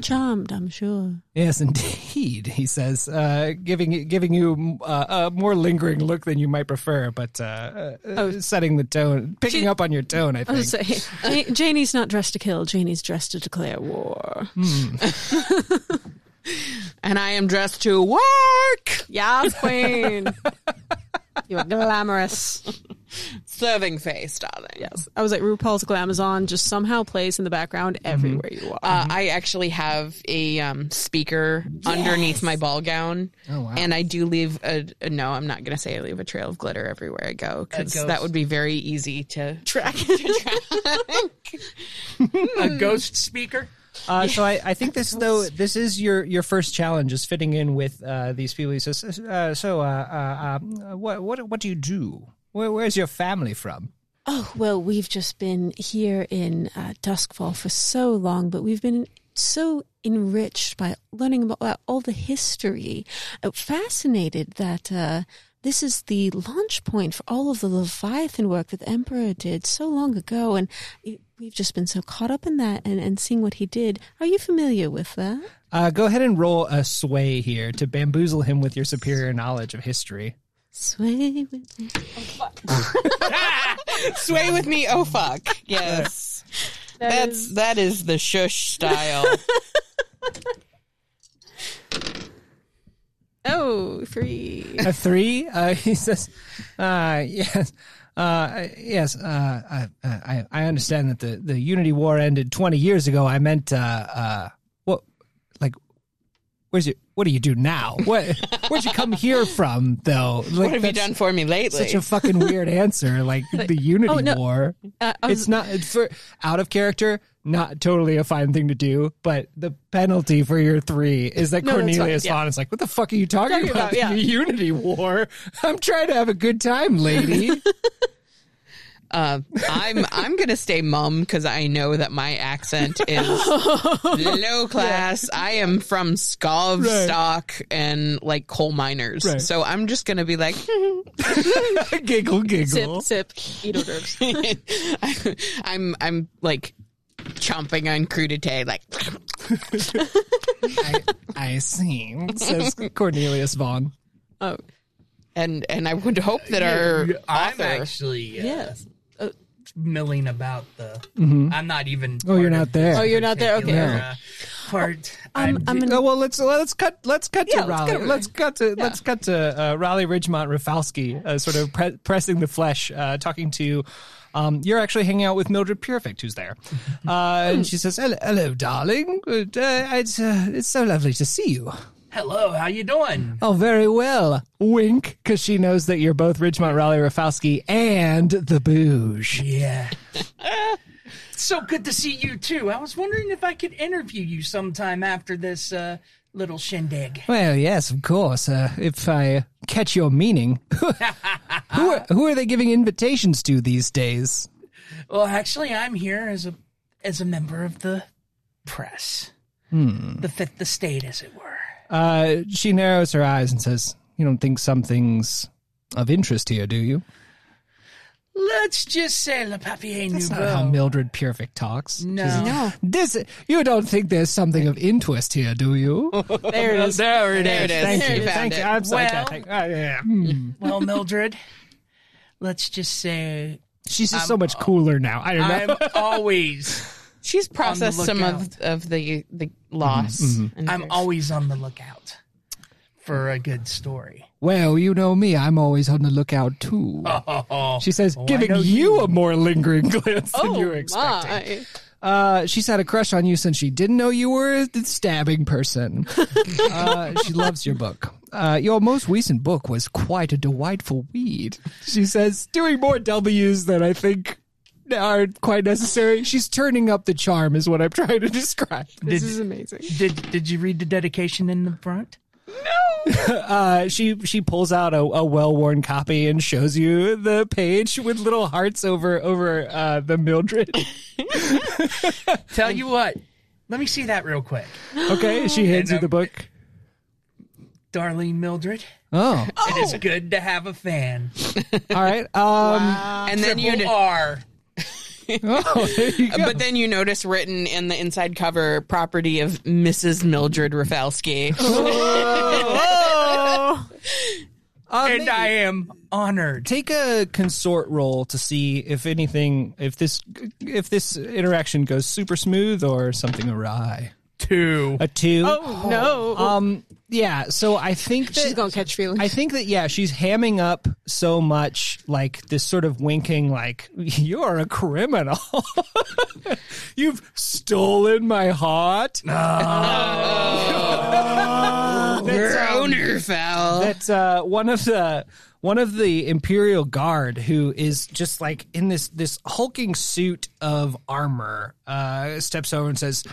Speaker 4: Charmed, I'm sure.
Speaker 1: Yes, indeed, he says, uh, giving giving you uh, a more lingering look than you might prefer, but uh, uh, setting the tone, picking up on your tone. I
Speaker 4: I
Speaker 1: think.
Speaker 4: was saying, Ja- Janie's not dressed to kill. Janie's dressed to declare war.
Speaker 2: and I am dressed to work.
Speaker 4: Yes, queen. You are glamorous.
Speaker 2: Serving face, darling.
Speaker 4: yes. I was like RuPaul's Glamazon just somehow plays in the background everywhere you are.
Speaker 1: Mm-hmm.
Speaker 2: Uh, I actually have a um, speaker underneath my ball gown.
Speaker 1: Oh, wow.
Speaker 2: And I do leave a, a- no, I'm not going to say I leave a trail of glitter everywhere I go because
Speaker 3: ghost.
Speaker 2: that would be very easy to.
Speaker 4: track.
Speaker 3: a ghost speaker.
Speaker 1: Uh, so I, I think this though this is your your first challenge is fitting in with uh, these people. He says, uh, "So, uh, uh, um, uh, what what what do you do? Where, where's your family from?"
Speaker 4: oh, well, we've just been here in uh, Duskfall for so long, but we've been so enriched by learning about uh, all the history. Uh, fascinated that uh, this is the launch point for all of the Leviathan work that the Emperor did so long ago. And it, we've just been so caught up in that and, and seeing what he did. Are you familiar with that?
Speaker 1: Uh, go ahead and roll a sway here to bamboozle him with your superior knowledge of history.
Speaker 4: Sway with me.
Speaker 2: Sway with me, oh fuck. Yes. That's that is the shush style.
Speaker 4: Oh, free.
Speaker 1: A three. Uh, he says, uh, "Yes." Uh, yes, uh, I, I, I understand that the, the Unity War ended 20 years ago. I meant, uh, uh, what, like, where's your, what do you do now? What, where'd you come here from, though? Like,
Speaker 2: what have you
Speaker 1: that's-
Speaker 2: done for me lately?
Speaker 1: such a fucking weird answer. Like the Unity
Speaker 4: oh, no.
Speaker 1: War.
Speaker 4: Uh, I
Speaker 1: It's
Speaker 4: was-
Speaker 1: not it's for out of character. Not totally a fine thing to do, but the penalty for your three is that
Speaker 4: No, that's
Speaker 1: Cornelius
Speaker 4: fine, yeah.
Speaker 1: Fawn is like, "What the fuck are you talking,
Speaker 4: Talking
Speaker 1: about?
Speaker 4: about, yeah.
Speaker 1: The Unity War? I'm trying to have a good time, lady."
Speaker 2: Uh, I'm I'm gonna stay mum because I know that my accent is low class. I am from Skovstock and like coal miners,
Speaker 1: Right.
Speaker 2: so I'm just gonna be like,
Speaker 1: giggle,
Speaker 4: Sip,
Speaker 1: giggle.
Speaker 4: sip, eat hors d'oeuvres.
Speaker 2: I'm I'm like chomping on crudité, like
Speaker 1: I, I see," says Cornelius Vaughn.
Speaker 4: oh,
Speaker 2: and and I would hope that our
Speaker 3: I'm
Speaker 2: author.
Speaker 3: actually uh,
Speaker 4: yes.
Speaker 3: milling about the. I'm not even.
Speaker 1: Oh, you're not there.
Speaker 4: Oh, you're not there? Okay. Um,
Speaker 1: No.
Speaker 3: Uh, part.
Speaker 4: I'm, I'm an,
Speaker 1: No, well, let's let's cut let's cut
Speaker 4: Yeah,
Speaker 1: to
Speaker 4: let's
Speaker 1: Raleigh.
Speaker 4: cut
Speaker 1: Let's,
Speaker 4: over.
Speaker 1: cut to let's cut to uh, Raleigh Ridgemont Rafalski, uh, sort of pre- pressing the flesh, uh, talking to. Um, you're actually hanging out with Mildred Purifict, who's there, uh, and she says, "Hello, hello darling. Uh, it's, uh, it's so lovely to see you."
Speaker 3: Hello, how you doing?
Speaker 1: Oh, very well. Wink, because she knows that you're both Ridgemont Raleigh Rafalski and the Bouge.
Speaker 3: Yeah. so good to see you too. I was wondering if I could interview you sometime after this uh, little shindig.
Speaker 1: Well, yes, of course. Uh, if I catch your meaning, who are, who are they giving invitations to these days?
Speaker 3: Well, actually, I'm here as a as a member of the press,
Speaker 1: Hmm.
Speaker 3: the fifth estate, as it were.
Speaker 1: Uh, she narrows her eyes and says, "You don't think something's of interest here, do you?"
Speaker 3: Let's just say Le Papier
Speaker 1: That's
Speaker 3: Nouveau.
Speaker 1: not how Mildred Purific talks.
Speaker 3: no.
Speaker 4: no,
Speaker 1: This you don't think there's something of interest here, do you?
Speaker 4: there it is.
Speaker 2: There it is.
Speaker 1: Thank
Speaker 2: There
Speaker 1: you,
Speaker 2: found
Speaker 1: thank
Speaker 2: it.
Speaker 1: you. I'm sorry.
Speaker 3: Well-
Speaker 1: thank- uh, yeah. Mm.
Speaker 3: Well, Mildred, let's just say
Speaker 1: She's just so much cooler now. I don't know.
Speaker 3: I'm always
Speaker 2: She's processed some of
Speaker 3: lookout.
Speaker 2: of the the loss. and
Speaker 3: I'm always on the lookout for a good story.
Speaker 1: well, you know me. I'm always on the lookout too.
Speaker 3: Oh.
Speaker 1: She says, giving you a more lingering glance than you were expecting.
Speaker 4: Oh, my.
Speaker 1: Uh, she's had a crush on you since she didn't know you were a stabbing person. uh, she loves your book. Uh, your most recent book was quite a delightful read. She says, doing more W's than I think are quite necessary. She's turning up the charm, is what I'm trying to describe.
Speaker 4: This is amazing.
Speaker 3: Did Did you read the dedication in the front?
Speaker 1: Uh, she she pulls out a, a well worn copy and shows you the page with little hearts over over uh, the Mildred.
Speaker 3: Tell you what, let me see that real quick,
Speaker 1: Okay, she hands you
Speaker 3: um,
Speaker 1: the book.
Speaker 3: darling Mildred.
Speaker 1: Oh,
Speaker 3: It is good to have a fan.
Speaker 1: all right. Um,
Speaker 2: And then you
Speaker 3: Triple R.
Speaker 1: Oh, there you go.
Speaker 2: But then you notice written in the inside cover property of Mrs. Mildred Rafalski.
Speaker 1: Um,
Speaker 3: and I am honored.
Speaker 1: take a consort roll to see if anything, if this, if this interaction goes super smooth or something awry.
Speaker 3: two.
Speaker 1: a two.
Speaker 2: Oh, no.
Speaker 1: Um, yeah. So I think that
Speaker 4: She's gonna catch feelings.
Speaker 1: I think that yeah, she's hamming up so much, like this sort of winking, like you're a criminal. You've stolen my heart.
Speaker 2: Groaner foul.
Speaker 1: That's uh, one of the one of the Imperial Guard who is just like in this this hulking suit of armor. Uh, steps over and says,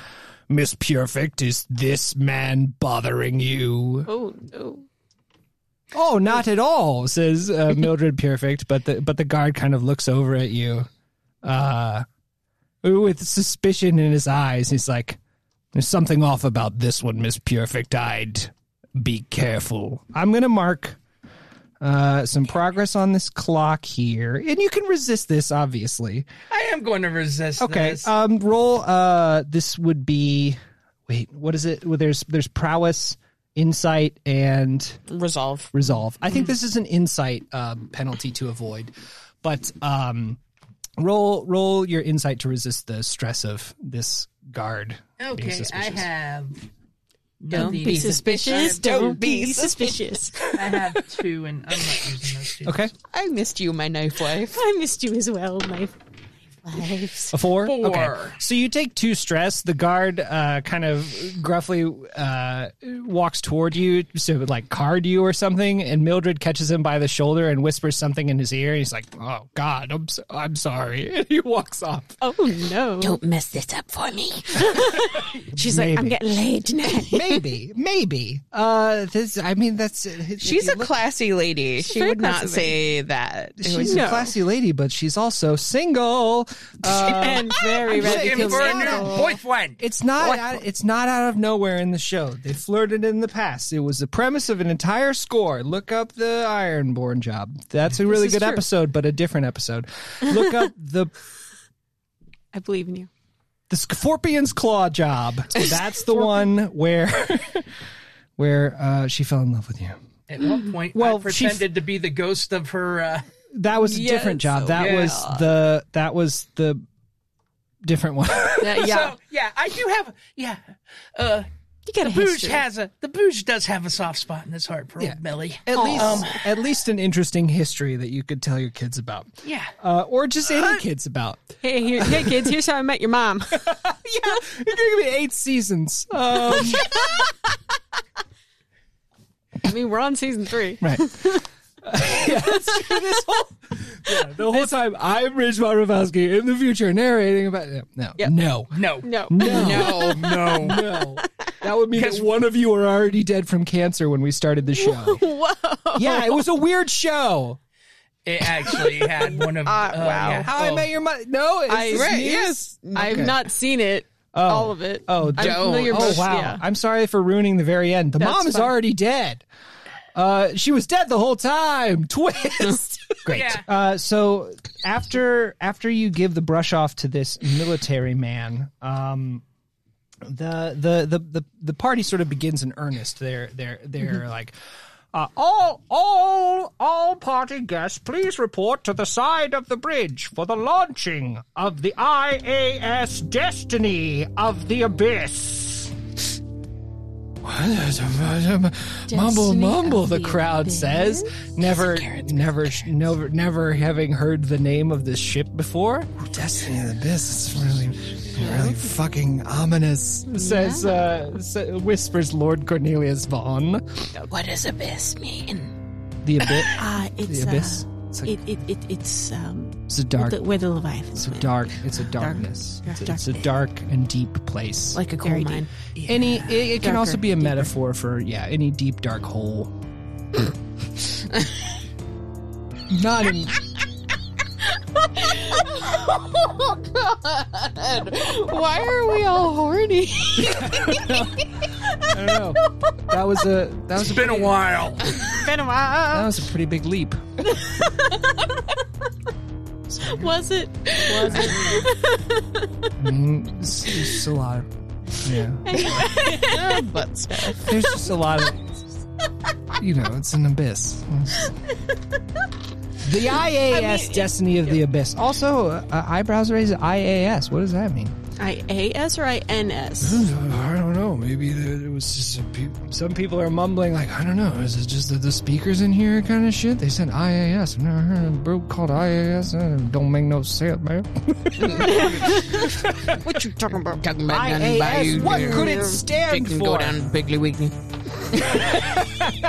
Speaker 1: "Miss Perfect, is this man bothering you?"
Speaker 4: oh no.
Speaker 1: Oh, not at all, says uh, Mildred Perfect. But the but the guard kind of looks over at you, uh, with suspicion in his eyes. He's like, "There's something off about this one, Miss Perfect. I'd be careful." I'm gonna mark uh, some progress on this clock here, and you can resist this, obviously.
Speaker 3: I am going to resist
Speaker 1: Okay.
Speaker 3: this.
Speaker 1: Um, roll. Uh, this would be. Wait, what is it? Well, there's there's prowess, insight, and
Speaker 2: Resolve.
Speaker 1: resolve. I think this is an insight um, penalty to avoid, but um, roll roll your insight to resist the stress of this guard. being
Speaker 3: okay, I
Speaker 1: suspicious.
Speaker 3: have.
Speaker 4: Don't
Speaker 3: nothing.
Speaker 4: be suspicious. Don't be suspicious.
Speaker 3: I have two, and I'm not using those two.
Speaker 1: Okay,
Speaker 2: I missed you, my knife wife.
Speaker 4: I missed you as well, my lives.
Speaker 1: a four.
Speaker 3: Four.
Speaker 1: Okay. So you take two stress. The guard uh, kind of gruffly uh, walks toward you to like card you or something, and Mildred catches him by the shoulder and whispers something in his ear. He's like, "Oh God, I'm so- I'm sorry." And he walks off.
Speaker 4: Oh no. Don't mess this up for me. She's like, I'm
Speaker 1: Maybe.
Speaker 4: getting laid tonight.
Speaker 1: maybe, maybe. Uh, this, I mean, that's
Speaker 2: She's a
Speaker 1: look-
Speaker 2: classy lady. She
Speaker 4: very
Speaker 2: would not
Speaker 4: classy
Speaker 2: say that. It
Speaker 1: she's
Speaker 2: was-
Speaker 1: a classy lady, but she's also single. Uh,
Speaker 4: and very Oh,
Speaker 3: Looking for a new
Speaker 4: radical.
Speaker 3: boyfriend.
Speaker 1: it's not out, it's not out of nowhere in the show. They flirted in the past. It was the premise of an entire score. Look up the Ironborn job. That's a really
Speaker 4: is
Speaker 1: good
Speaker 4: true.
Speaker 1: episode, but a different episode. Look up the
Speaker 4: I believe in you.
Speaker 1: the Scorpion's Claw job. That's the one where where uh, she fell in love with you.
Speaker 3: At one point,
Speaker 1: Well,
Speaker 3: I
Speaker 1: she-
Speaker 3: pretended to be the ghost of her. Uh,
Speaker 1: That was a different job. That
Speaker 3: yeah.
Speaker 1: was the that was the different one.
Speaker 4: yeah.
Speaker 3: So yeah, I do have. Yeah, uh,
Speaker 4: you got
Speaker 3: the
Speaker 4: a
Speaker 3: bouge
Speaker 4: history.
Speaker 3: has a the bouge does have a soft spot in his heart for old Millie.
Speaker 1: at least at least an interesting history that you could tell your kids about.
Speaker 3: Yeah.
Speaker 1: Uh, or just any kids about.
Speaker 4: Hey, here, hey, kids, here's how I met your mom.
Speaker 1: Yeah, you're going to be eight seasons. Um,
Speaker 4: I mean, we're on season three.
Speaker 1: right. yeah, that's true. This whole, yeah, the whole time I'm Rich Marowski in the future narrating about no, no, no,
Speaker 3: No.
Speaker 4: No.
Speaker 1: no,
Speaker 3: No.
Speaker 1: no. That would mean that
Speaker 3: Because-
Speaker 1: one of you were already dead from cancer when we started the show.
Speaker 4: Whoa.
Speaker 1: yeah, it was a weird show.
Speaker 3: It actually had one of. Uh,
Speaker 2: wow.
Speaker 3: yeah.
Speaker 1: How I
Speaker 3: Oh.
Speaker 1: Met Your Mother. No, it's
Speaker 4: I,
Speaker 1: this
Speaker 4: right,
Speaker 1: news?
Speaker 4: yes. I've not seen it. All of it.
Speaker 1: Oh,
Speaker 4: I'm
Speaker 1: don't.
Speaker 4: familiar
Speaker 1: Oh,
Speaker 4: most-
Speaker 1: wow.
Speaker 4: yeah.
Speaker 1: I'm sorry for ruining the very end. The mom is
Speaker 4: fine.
Speaker 1: already dead. Uh, she was dead the whole time. Twist. Great.
Speaker 3: Yeah.
Speaker 1: Uh, so after after you give the brush off to this military man, um, the, the the the the party sort of begins in earnest. They're they're they're
Speaker 4: Mm-hmm.
Speaker 1: like. Uh, all, all, all party guests, please report to the side of the bridge for the launching of the IAS Destiny of the Abyss. mumble, mumble,
Speaker 4: of
Speaker 1: the
Speaker 4: the
Speaker 1: crowd says, never, never, never, never having heard the name of this ship before. Destiny of the Abyss. It's really, really fucking ominous. Says, uh, sa- whispers Lord Cornelius Vaughn.
Speaker 4: What does abyss mean?
Speaker 1: The abyss.
Speaker 4: Uh, it's,
Speaker 1: The abyss.
Speaker 4: Uh,
Speaker 1: It's like-
Speaker 4: it, it, it, it's um,
Speaker 1: It's a dark.
Speaker 4: the, where the Leviathan
Speaker 1: It's a dark. It's a darkness.
Speaker 4: dark,
Speaker 1: it's, a, it's a
Speaker 4: dark.
Speaker 1: dark and deep place.
Speaker 4: like a coal
Speaker 1: Very
Speaker 4: mine.
Speaker 1: deep. any. It, it can
Speaker 4: Darker,
Speaker 1: also be a
Speaker 4: deeper.
Speaker 1: metaphor for yeah, any deep dark hole. Not in.
Speaker 2: Oh God! Why are we all horny?
Speaker 1: I don't know. That was a. That was a
Speaker 3: It's been a while.
Speaker 4: Been a while.
Speaker 1: That was a pretty big leap.
Speaker 4: Was it?
Speaker 1: I mean, it's, it's just a lot. Of, yeah.
Speaker 2: Butt stuff.
Speaker 1: There's just a lot of. You know, it's an abyss. The IAS, Destiny of the Abyss. Also, uh, eyebrows raised IAS. What does that mean?
Speaker 4: I A S or I N S?
Speaker 5: Uh, I don't know. Maybe there- it was just a peop- some people are mumbling like I don't know. Is it just that the speakers in here kind of shit? They said IAS. I've never heard of a brew called IAS. Uh, Don't make no sense, man.
Speaker 2: What you talking about? Talking about nothing about
Speaker 1: IAS.
Speaker 2: you
Speaker 1: What
Speaker 2: there.
Speaker 1: could it stand
Speaker 2: Taking
Speaker 1: for?
Speaker 2: go down Piggly Wiggly.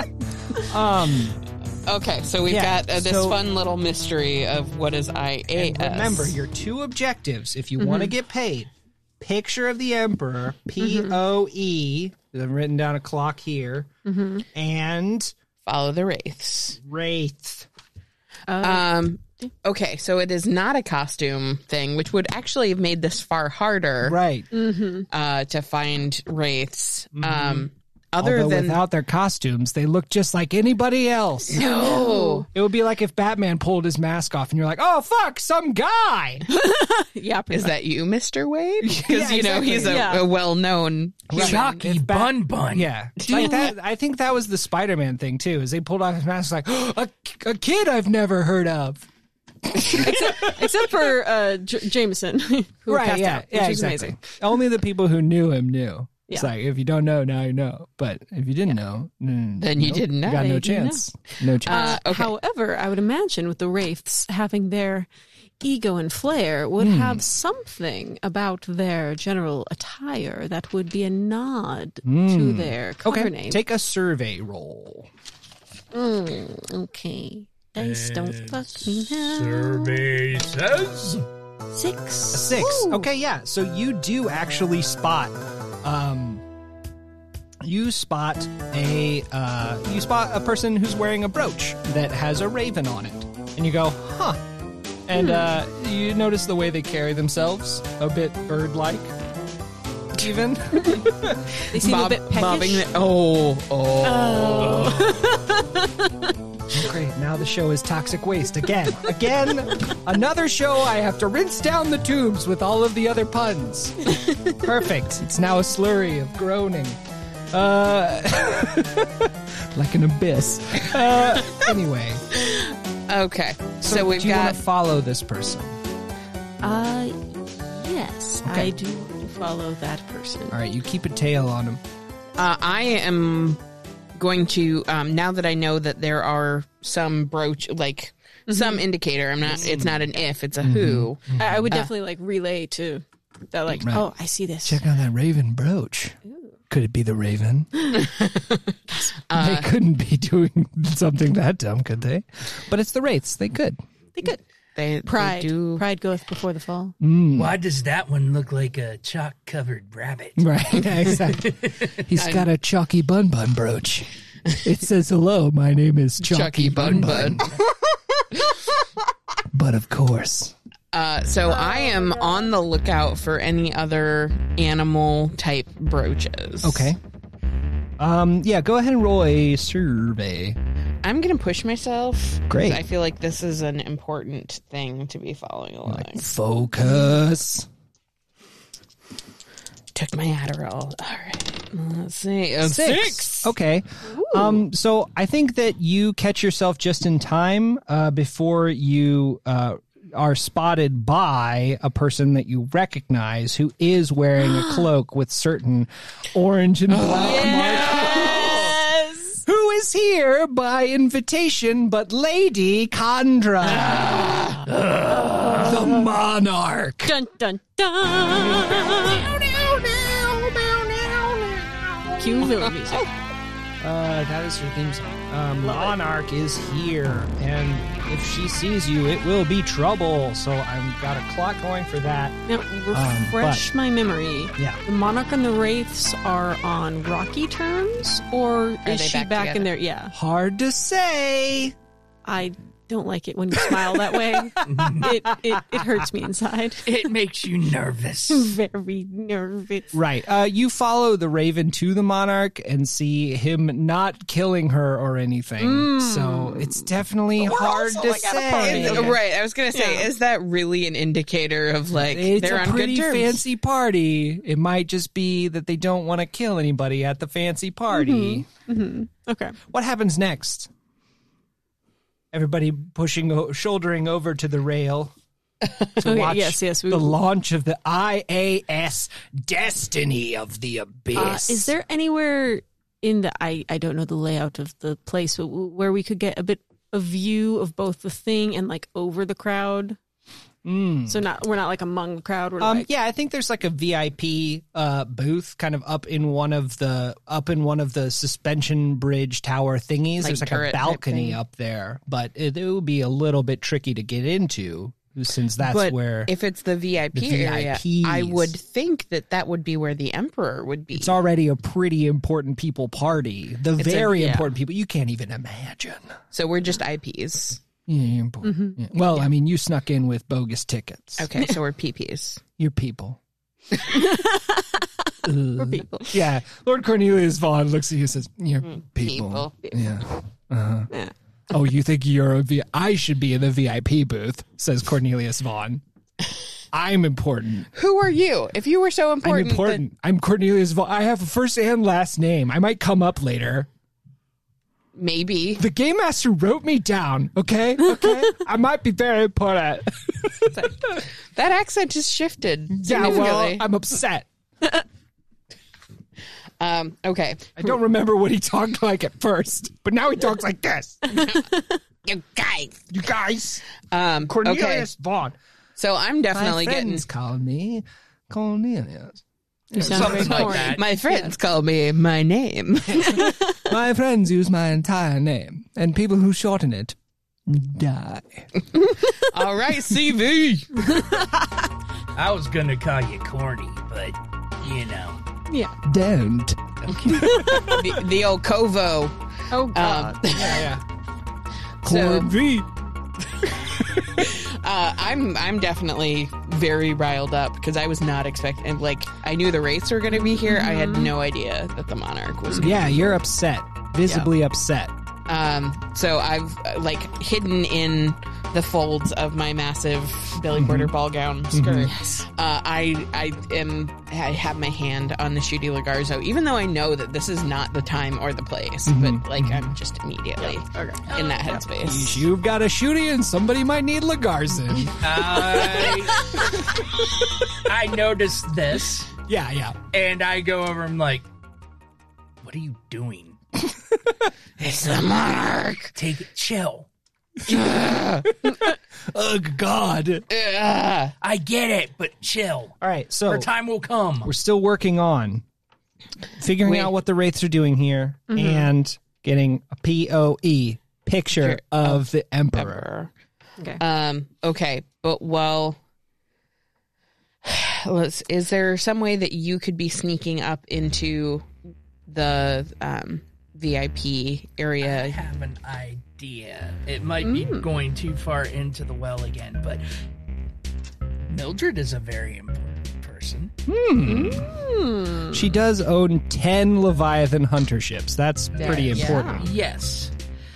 Speaker 1: Um,
Speaker 2: Okay, so we've
Speaker 1: Yeah,
Speaker 2: got uh, this
Speaker 1: so-
Speaker 2: fun little mystery of what is IAS.
Speaker 1: and uh, remember your two objectives if you want to get paid. Picture of the emperor, P O E. I've written down a clock here, and
Speaker 2: follow the wraiths.
Speaker 1: wraith. Uh,
Speaker 2: Um, okay, so it is not a costume thing, which would actually have made this far harder
Speaker 1: Right.
Speaker 2: uh, to find wraiths. Um, other
Speaker 1: Although
Speaker 2: than
Speaker 1: Mm-hmm. without their costumes, they look just like anybody else.
Speaker 2: no,
Speaker 1: It would be like if Batman pulled his mask off and you're like, oh, fuck, some guy.
Speaker 4: Yeah,
Speaker 2: is that you, Mister Wade? Because
Speaker 1: Yeah,
Speaker 2: you know
Speaker 1: exactly.
Speaker 2: he's a,
Speaker 4: Yeah.
Speaker 2: a well-known.
Speaker 3: Jockey Bun Bun.
Speaker 1: Yeah. Like that, I think that was the Spider Man thing, too, is they pulled off his mask like, a, a kid I've never heard of.
Speaker 4: Except for uh, J- Jameson, who passed out, which is amazing.
Speaker 1: Only the people who knew him knew. It's
Speaker 4: Yeah.
Speaker 1: like if you don't know, now you know. But if you didn't know, mm,
Speaker 2: Then you
Speaker 1: nope,
Speaker 2: didn't know.
Speaker 1: You got
Speaker 4: You
Speaker 1: no
Speaker 4: didn't
Speaker 1: chance. No chance.
Speaker 2: Uh, okay.
Speaker 4: However, I would imagine with the Wraiths having their ego and flair would
Speaker 1: Hmm.
Speaker 4: have something about their general attire that would be a nod to their cover
Speaker 1: Hmm. okay,
Speaker 4: name.
Speaker 1: take a survey roll.
Speaker 4: Mm, okay. Dice don't fuck me now.
Speaker 3: Survey says.
Speaker 4: Six.
Speaker 1: Six. Okay, yeah. So you do actually spot. Um, you spot a uh, you spot a person who's wearing a brooch that has a raven on it, and you go, huh. And uh, you notice the way they carry themselves, a bit bird-like, even.
Speaker 4: They seem
Speaker 2: Bob-
Speaker 4: a bit peckish.
Speaker 2: bobbing the- oh, oh.
Speaker 1: Oh. Great. Now the show is toxic waste again. Again, another show I have to rinse down the tubes with all of the other puns. Perfect. It's now a slurry of groaning. Uh like an abyss. Uh anyway,
Speaker 2: okay. So, we've
Speaker 1: do you
Speaker 2: got
Speaker 1: want to follow this person?
Speaker 4: Uh, yes, I do follow that person.
Speaker 1: All right, you keep a tail on him.
Speaker 2: Uh, I am going to um, now that I know that there are some brooch, like some indicator. I'm not. It's not an if. It's a who.
Speaker 4: I, I would definitely like relay to that, like, oh, I see this.
Speaker 5: Check out that raven brooch.
Speaker 1: Could it be the Raven?
Speaker 2: Uh,
Speaker 1: they couldn't be doing something that dumb, could they? But it's the Wraiths. They could.
Speaker 4: They good.
Speaker 2: They, they
Speaker 4: Pride.
Speaker 2: do.
Speaker 4: Pride goeth before the fall.
Speaker 3: Why does that one look like a chalk covered rabbit?
Speaker 1: Right, yeah, exactly. He's got a chalky bun bun brooch. It says, "Hello, my name is Chalky,
Speaker 2: Chucky Bun Bun.
Speaker 1: But of course,
Speaker 2: Uh, so I am on the lookout for any other animal type brooches.
Speaker 1: okay. Um, yeah, go ahead and roll a survey.
Speaker 2: I'm gonna push myself. 'cause
Speaker 1: Great.
Speaker 2: I feel like this is an important thing to be following along.
Speaker 1: Focus.
Speaker 2: Took my Adderall. All right. Let's see. A
Speaker 1: Okay. Um, so I think that you catch yourself just in time uh, before you uh, are spotted by a person that you recognize who is wearing a cloak with certain orange and black
Speaker 4: Yes.
Speaker 1: who is here by invitation but Lady Condra. the monarch.
Speaker 4: Dun dun dun. Cue villain music.
Speaker 1: Uh, that is her theme song. Um, monarch is here, and if she sees you, it will be trouble. So I've got a clock going for that.
Speaker 4: Now refresh my memory.
Speaker 1: Yeah.
Speaker 4: The monarch and the wraiths are on rocky terms, or is
Speaker 2: they
Speaker 4: she
Speaker 2: back
Speaker 4: back, in there? Yeah,
Speaker 1: Hard to say.
Speaker 4: I don't like it when you smile that way. it, it it hurts me inside.
Speaker 3: It makes you nervous.
Speaker 4: Very nervous.
Speaker 1: Right. Uh, you follow the raven to the monarch and see him not killing her or anything.
Speaker 2: Hmm.
Speaker 1: So it's definitely hard to say.
Speaker 2: Is- Right, I was gonna say, is that really an indicator of like
Speaker 1: It's
Speaker 2: they're
Speaker 1: a
Speaker 2: on
Speaker 1: pretty
Speaker 2: good terms?
Speaker 1: fancy party. It might just be that they don't want to kill anybody at the fancy
Speaker 2: Mm-hmm.
Speaker 1: party.
Speaker 4: Okay.
Speaker 1: What happens next? Everybody pushing, o- shouldering over to the rail. to
Speaker 4: Okay,
Speaker 1: watch
Speaker 4: yes, yes, we-
Speaker 1: the launch of the IAS Destiny of the Abyss.
Speaker 4: Uh, is there anywhere in the I, I don't know the layout of the place, but w- where we could get a bit a view of both the thing and like over the crowd? So not we're not like among the crowd. We're
Speaker 1: Um,
Speaker 4: like,
Speaker 1: yeah, I think there's like a VIP uh, booth, kind of up in one of the up in one of the suspension bridge tower thingies.
Speaker 2: Like
Speaker 1: there's like
Speaker 2: turret
Speaker 1: a
Speaker 2: type
Speaker 1: balcony
Speaker 2: thing.
Speaker 1: up there, but it, it would be a little bit tricky to get into since that's
Speaker 2: but
Speaker 1: where
Speaker 2: if it's the VIP
Speaker 1: The
Speaker 2: area, I
Speaker 1: VIPs.
Speaker 2: would think that that would be where the emperor would be.
Speaker 1: it's already a pretty important people party. The
Speaker 2: a-
Speaker 1: very
Speaker 2: yeah.
Speaker 1: important people you can't even imagine.
Speaker 2: so we're just IPs.
Speaker 1: Yeah, important.
Speaker 2: Mm-hmm.
Speaker 1: Yeah. Well, I mean, you snuck in with bogus tickets.
Speaker 2: Okay, so we're PPs.
Speaker 1: Your people.
Speaker 4: we're people.
Speaker 1: Yeah, Lord Cornelius Vaughn looks at you and says, "Your people.
Speaker 2: Mm, People.
Speaker 1: Yeah. Uh-huh. Oh, you think you're a V? I should be in the VIP booth," says Cornelius Vaughn. I'm important.
Speaker 2: Who are you? If you were so important,
Speaker 1: I'm important. I'm Cornelius Vaughn. I have a first and last name. I might come up later.
Speaker 2: then maybe
Speaker 1: The game master wrote me down. Okay, okay. I might be very important.
Speaker 2: that accent has shifted.
Speaker 1: yeah, well,
Speaker 2: significantly.
Speaker 1: I'm upset.
Speaker 2: um, okay.
Speaker 1: I don't remember what he talked like at first, but now he talks like this.
Speaker 2: You guys,
Speaker 1: You guys,
Speaker 2: um, okay.
Speaker 1: Cornelius Vaughn.
Speaker 2: So I'm definitely getting
Speaker 1: call me Cornelius.
Speaker 4: You sound very
Speaker 1: something like
Speaker 4: boring.
Speaker 1: that.
Speaker 2: my friends call me my name.
Speaker 1: My friends use my entire name, and people who shorten it die.
Speaker 2: All right, CV.
Speaker 3: I was gonna call you corny, but you know.
Speaker 4: Yeah.
Speaker 1: Don't.
Speaker 2: the, the old Kovo.
Speaker 4: Oh
Speaker 2: Um,
Speaker 1: Uh,
Speaker 4: god.
Speaker 1: Yeah.
Speaker 2: So-
Speaker 1: V.
Speaker 2: Uh, I'm I'm definitely very riled up because I was not expecting. Like I knew the rates were going to be here. I had no idea that the monarch was. Gonna
Speaker 1: Yeah, you're upset. Visibly upset.
Speaker 2: Um, so I've uh, like hidden in the folds of my massive Billy Porter ball gown skirt. Uh, I I am I have my hand on the Shooty Lagarzo, even though I know that this is not the time or the place. But like I'm just immediately in that headspace.
Speaker 1: You've got a shooty, and somebody might need Lagarzin.
Speaker 3: I I noticed this
Speaker 1: yeah, yeah.
Speaker 3: and I go over and I'm like, What are you doing?
Speaker 2: It's the monarch.
Speaker 3: Take it chill.
Speaker 1: Oh, God.
Speaker 2: Ugh.
Speaker 3: I get it, but chill.
Speaker 1: All right, so
Speaker 3: Her time will come.
Speaker 1: Oh. we're still working on figuring
Speaker 2: We-
Speaker 1: out what the wraiths are doing here and getting a POE picture of the emperor.
Speaker 4: Okay.
Speaker 2: Um, okay, but well, let's. Is there some way that you could be sneaking up into the um, VIP
Speaker 3: I
Speaker 2: area?
Speaker 3: have an idea. It might be
Speaker 1: Mm.
Speaker 3: going too far into the well again, but Mildred is a very important person.
Speaker 1: She does own 10 Leviathan hunter ships. That's pretty important.
Speaker 3: Yes.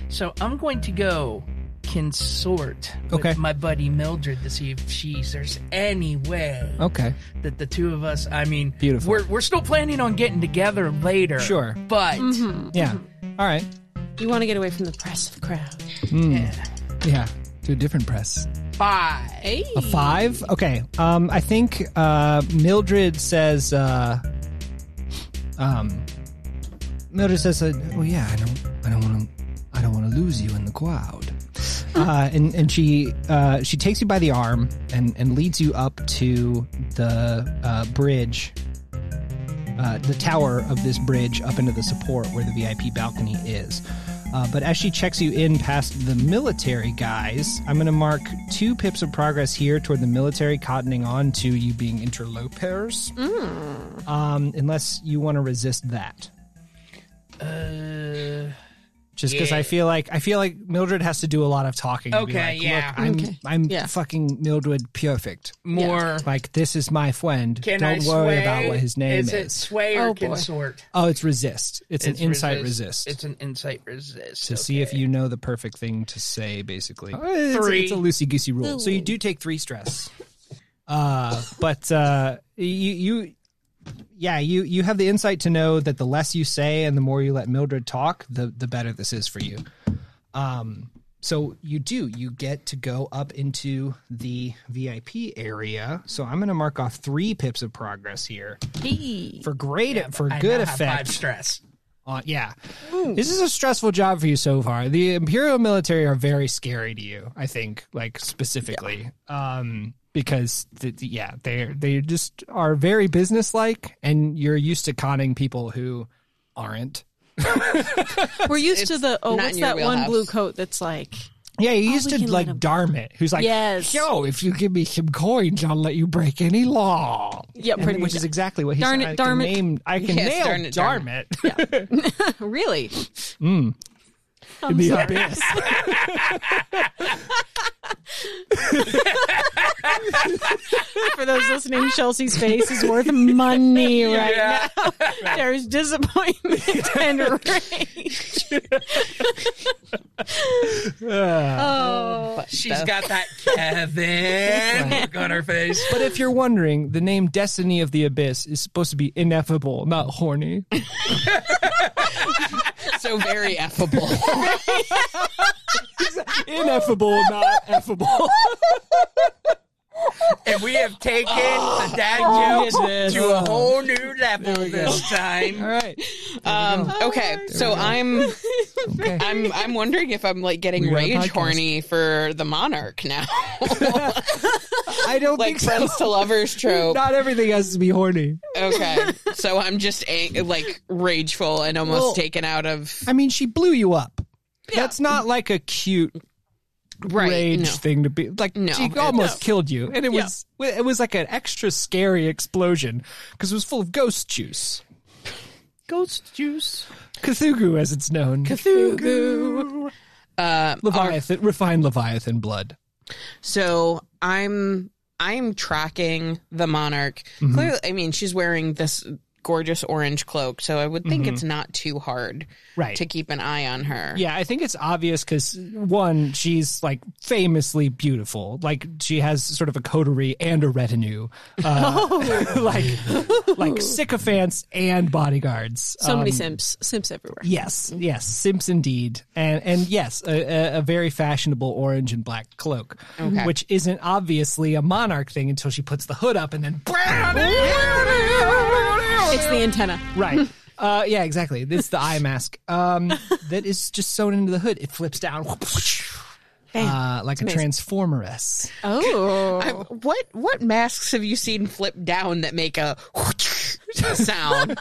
Speaker 3: So I'm going to go consort with
Speaker 1: Okay.
Speaker 3: my buddy Mildred to see if she's there's any way
Speaker 1: Okay.
Speaker 3: that the two of us I mean
Speaker 1: Beautiful.
Speaker 3: we're we're still planning on getting together later.
Speaker 1: Sure.
Speaker 3: But
Speaker 2: Mm-hmm.
Speaker 1: Yeah. All right.
Speaker 4: you want to get away from the press of the crowd.
Speaker 1: Yeah. To a different press.
Speaker 3: bye.
Speaker 1: A five? Okay. Um, I think uh, Mildred says. Uh, um, Mildred says, uh, "Oh yeah, I don't, I don't want to, I don't want to lose you in the crowd." Uh, and and she uh, she takes you by the arm and, and leads you up to the uh, bridge, uh, the tower of this bridge up into the support where the VIP balcony is. Uh, but as she checks you in past the military guys, I'm going to mark two pips of progress here toward the military cottoning on to you being interlopers.
Speaker 3: Mm.
Speaker 1: Um, unless you want to resist that.
Speaker 3: Uh,
Speaker 1: Just because I
Speaker 3: Yeah.
Speaker 1: feel like I feel like Mildred has to do a lot of talking. and be
Speaker 3: Okay,
Speaker 1: like,
Speaker 3: yeah.
Speaker 1: Look, I'm
Speaker 4: Okay,
Speaker 1: I'm
Speaker 4: yeah.
Speaker 1: fucking Mildred perfect.
Speaker 3: more
Speaker 1: Like this is my friend.
Speaker 3: can I
Speaker 1: Don't worry
Speaker 3: sway?
Speaker 1: about what his name is.
Speaker 3: it sway or
Speaker 4: Oh, boy.
Speaker 3: consort?
Speaker 1: oh, it's resist. It's,
Speaker 3: It's
Speaker 1: an insight resist.
Speaker 3: It's an insight resist.
Speaker 1: to see if you know the perfect thing to say, basically. Oh, It's,
Speaker 3: Three.
Speaker 1: it's a loosey goosey rule. So you do take three stress. Uh, but uh, you, you, yeah, you you have the insight to know that the less you say and the more you let Mildred talk, the the better this is for you. Um, so you do you get to go up into the vip area so i'm going to mark off three pips of progress here for great for
Speaker 3: I
Speaker 1: good
Speaker 3: now have five
Speaker 1: effect
Speaker 3: stress.
Speaker 1: on Uh, yeah this is a stressful job for you so far the imperial military are very scary to you i think like specifically um because th- th- yeah they they just are very businesslike and you're used to conning people who aren't
Speaker 4: We're used to
Speaker 2: It's
Speaker 4: the oh,
Speaker 2: not
Speaker 4: what's
Speaker 2: in your
Speaker 4: that one
Speaker 2: wheelhouse.
Speaker 4: blue coat that's like
Speaker 1: Yeah, you used
Speaker 4: Oh, we
Speaker 1: to
Speaker 4: can let
Speaker 1: like
Speaker 4: him-
Speaker 1: Darmit, who's like,
Speaker 4: Yes.
Speaker 1: yo, if you give me some coins, I'll let you break any law.
Speaker 4: Yeah,
Speaker 1: And
Speaker 4: pretty
Speaker 1: Which
Speaker 4: much.
Speaker 1: is exactly what he
Speaker 4: Darn
Speaker 1: said.
Speaker 4: it,
Speaker 1: I can
Speaker 4: Darmit.
Speaker 1: name, I can
Speaker 2: Yes,
Speaker 1: nail
Speaker 2: darn it, darn
Speaker 1: Darmit
Speaker 4: really
Speaker 1: in the abyss.
Speaker 4: for those listening, Chelsea's face is worth money right now. There's disappointment and rage. oh,
Speaker 3: She's got that Kevin look on her face.
Speaker 1: But if you're wondering, the name Destiny of the Abyss is supposed to be ineffable, not horny.
Speaker 2: So very affable.
Speaker 1: ineffable, not effable.
Speaker 3: And we have taken
Speaker 2: Oh.
Speaker 3: the dad joke to
Speaker 1: Oh.
Speaker 3: a whole new level this
Speaker 1: All
Speaker 3: time.
Speaker 1: right.
Speaker 2: Um,
Speaker 1: Oh,
Speaker 2: okay, so I'm
Speaker 1: Okay.
Speaker 2: I'm I'm wondering if I'm like getting
Speaker 1: We got a
Speaker 2: rage
Speaker 1: podcast.
Speaker 2: horny for the monarch now,
Speaker 1: I don't
Speaker 2: like
Speaker 1: think so.
Speaker 2: friends to lovers trope.
Speaker 1: Not everything has to be horny.
Speaker 2: Okay, so I'm just ang- like rageful and almost
Speaker 1: Well-
Speaker 2: taken out of
Speaker 1: I mean, she blew you up. That's not like a cute
Speaker 2: right.
Speaker 1: rage
Speaker 2: no.
Speaker 1: thing to be like
Speaker 2: No,
Speaker 1: she
Speaker 2: it-
Speaker 1: almost
Speaker 2: no.
Speaker 1: killed you and it was it was like an extra scary explosion because it was full of ghost juice
Speaker 3: Ghost juice.
Speaker 1: cthulhu as it's known cthulhu
Speaker 2: Uh,
Speaker 1: leviathan refined leviathan blood
Speaker 2: So I'm I'm tracking the monarch. Clearly, I mean she's wearing this gorgeous orange cloak, so I would think it's not too hard
Speaker 1: Right.
Speaker 2: to keep an eye on her.
Speaker 1: yeah i think it's obvious because one she's like famously beautiful like she has sort of a coterie and a retinue uh,
Speaker 2: Oh.
Speaker 1: like like sycophants and bodyguards
Speaker 4: so many simps, simps everywhere.
Speaker 1: Yes, yes, Simps indeed, and and yes, a, a, a very fashionable orange and black cloak,
Speaker 2: Okay.
Speaker 1: which isn't obviously a monarch thing until she puts the hood up and then
Speaker 4: It's the antenna.
Speaker 1: right. Uh, yeah, exactly. It's the eye mask um, that is just sewn into the hood. It flips down uh, like a transformeress.
Speaker 4: Oh,
Speaker 2: I- what what masks have you seen flip down that make a sound?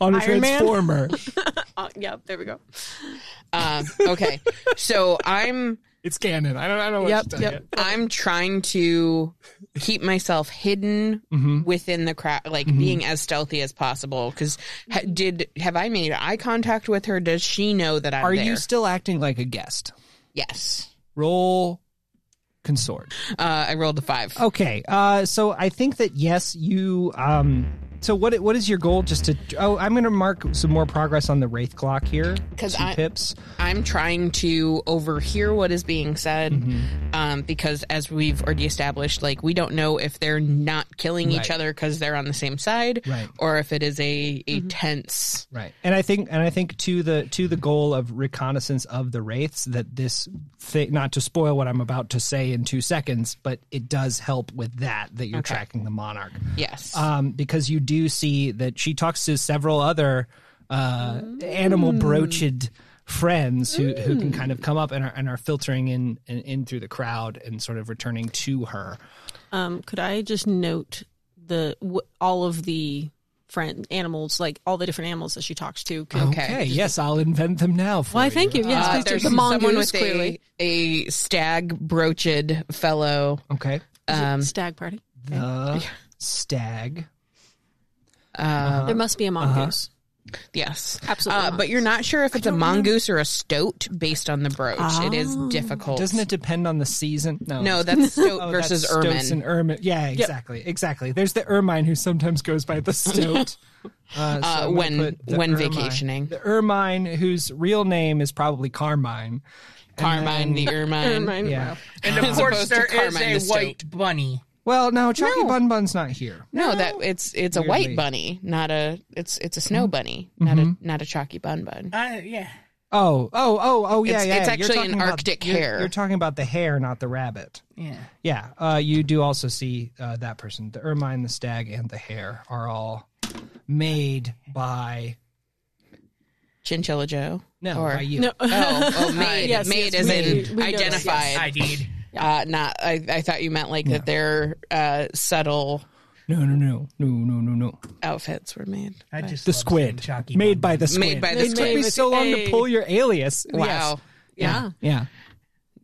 Speaker 1: on a
Speaker 4: Iron Man?
Speaker 1: transformer.
Speaker 4: uh, yeah, there we go.
Speaker 2: Um, okay, so I'm
Speaker 1: it's canon. I don't. I don't know what
Speaker 4: Yep,
Speaker 1: to tell
Speaker 4: yep.
Speaker 1: you.
Speaker 2: I'm trying to keep myself hidden
Speaker 1: Mm-hmm.
Speaker 2: within the crowd, like being as stealthy as possible. Because ha- did have I made eye contact with her? Does she know that I'm
Speaker 1: Are
Speaker 2: there?
Speaker 1: you still acting like a guest?
Speaker 2: yes.
Speaker 1: Roll consort.
Speaker 2: Uh, I rolled a five.
Speaker 1: Okay. Uh, so I think that yes, you. Um, so what? What is your goal? Just to. Oh, I'm going to mark some more progress on the wraith clock here.
Speaker 2: 'Cause
Speaker 1: Two
Speaker 2: I-
Speaker 1: pips.
Speaker 2: I'm trying to overhear what is being said
Speaker 1: Mm-hmm.
Speaker 2: um, because, as we've already established, like we don't know if they're not killing each
Speaker 1: Right.
Speaker 2: other because they're on the same side,
Speaker 1: Right. Mm-hmm.
Speaker 2: or if it is a a tense.
Speaker 1: Right. And I think and I think to the to the goal of reconnaissance of the wraiths that this thing not to spoil what I'm about to say in 2 seconds, but it does help with that that you're tracking the monarch.
Speaker 2: Yes.
Speaker 1: um, because you do see that she talks to several other uh, animal broached friends who, who can kind of come up and are, and are filtering in, in in through the crowd and sort of returning to her.
Speaker 4: Um, could I just note the wh- all of the friend animals, like all the different animals that she talks to? Could,
Speaker 2: Okay.
Speaker 1: Okay, yes, I'll invent them now. For
Speaker 4: Why? Thank you. Yes,
Speaker 2: Uh,
Speaker 4: please do.
Speaker 2: there's
Speaker 4: the
Speaker 2: someone
Speaker 4: mongoose
Speaker 2: with
Speaker 4: clearly.
Speaker 2: a, a stag broached fellow.
Speaker 1: Okay,
Speaker 2: Um,
Speaker 4: Stag party.
Speaker 1: the stag.
Speaker 2: uh, Uh-huh.
Speaker 4: There must be a mongoose.
Speaker 2: yes.
Speaker 4: Absolutely.
Speaker 2: Uh, but you're not sure if it's a mongoose or a stoat based on the brooch. It is
Speaker 4: Oh.
Speaker 2: difficult.
Speaker 1: Doesn't it depend on the season? No,
Speaker 2: No, that's stoat
Speaker 1: Oh, that's
Speaker 2: versus
Speaker 1: stoats
Speaker 2: ermine.
Speaker 1: and ermine. Yeah, exactly, exactly. There's the ermine who sometimes goes by the stoat. Uh, so I'm gonna
Speaker 2: when-
Speaker 1: put the
Speaker 2: when vacationing.
Speaker 1: the ermine whose real name is probably Carmine.
Speaker 2: Carmine the ermine.
Speaker 4: Ermine,
Speaker 1: Yeah.
Speaker 4: wow.
Speaker 3: And of
Speaker 2: As
Speaker 3: course,
Speaker 2: opposed to
Speaker 3: there is
Speaker 2: Carmine
Speaker 3: a
Speaker 2: the Stoat.
Speaker 3: white bunny.
Speaker 1: Well, no, Chalky Bun Bun's not here.
Speaker 2: No, that it's it's
Speaker 1: Weirdly.
Speaker 2: a
Speaker 1: Mm-hmm.
Speaker 2: white bunny, not a it's it's a snow bunny, not a not a chalky bun bun.
Speaker 3: Uh, yeah.
Speaker 1: Oh, oh, oh, oh, yeah,
Speaker 2: It's-
Speaker 1: yeah.
Speaker 2: it's
Speaker 1: You're
Speaker 2: actually
Speaker 1: talking
Speaker 2: an
Speaker 1: about-
Speaker 2: Arctic
Speaker 1: you're-
Speaker 2: hare.
Speaker 1: You're talking about the hare, not the rabbit.
Speaker 3: Yeah.
Speaker 1: Yeah, uh, you do also see uh, that person. The ermine, the stag, and the hare are all made by
Speaker 2: Chinchilla Joe.
Speaker 1: no
Speaker 2: Or-
Speaker 1: by you.
Speaker 4: No.
Speaker 2: Oh, oh made.
Speaker 4: Yes,
Speaker 2: made
Speaker 4: yes,
Speaker 2: as
Speaker 4: we- we
Speaker 2: in
Speaker 4: know this,
Speaker 2: identified.
Speaker 3: I did.
Speaker 2: Uh, not. I, I thought you meant like that their uh, subtle
Speaker 1: no, no, no, no, no, no, no.
Speaker 2: outfits were made.
Speaker 3: I just
Speaker 1: The
Speaker 3: love seeing
Speaker 1: squid
Speaker 3: Chalky
Speaker 1: made
Speaker 3: Mom.
Speaker 1: by the squid.
Speaker 2: Made by the
Speaker 4: They made
Speaker 1: Took me
Speaker 2: squid.
Speaker 4: with
Speaker 1: so long to
Speaker 4: a-
Speaker 1: pull your alias.
Speaker 2: Wow.
Speaker 1: Yes. Yeah.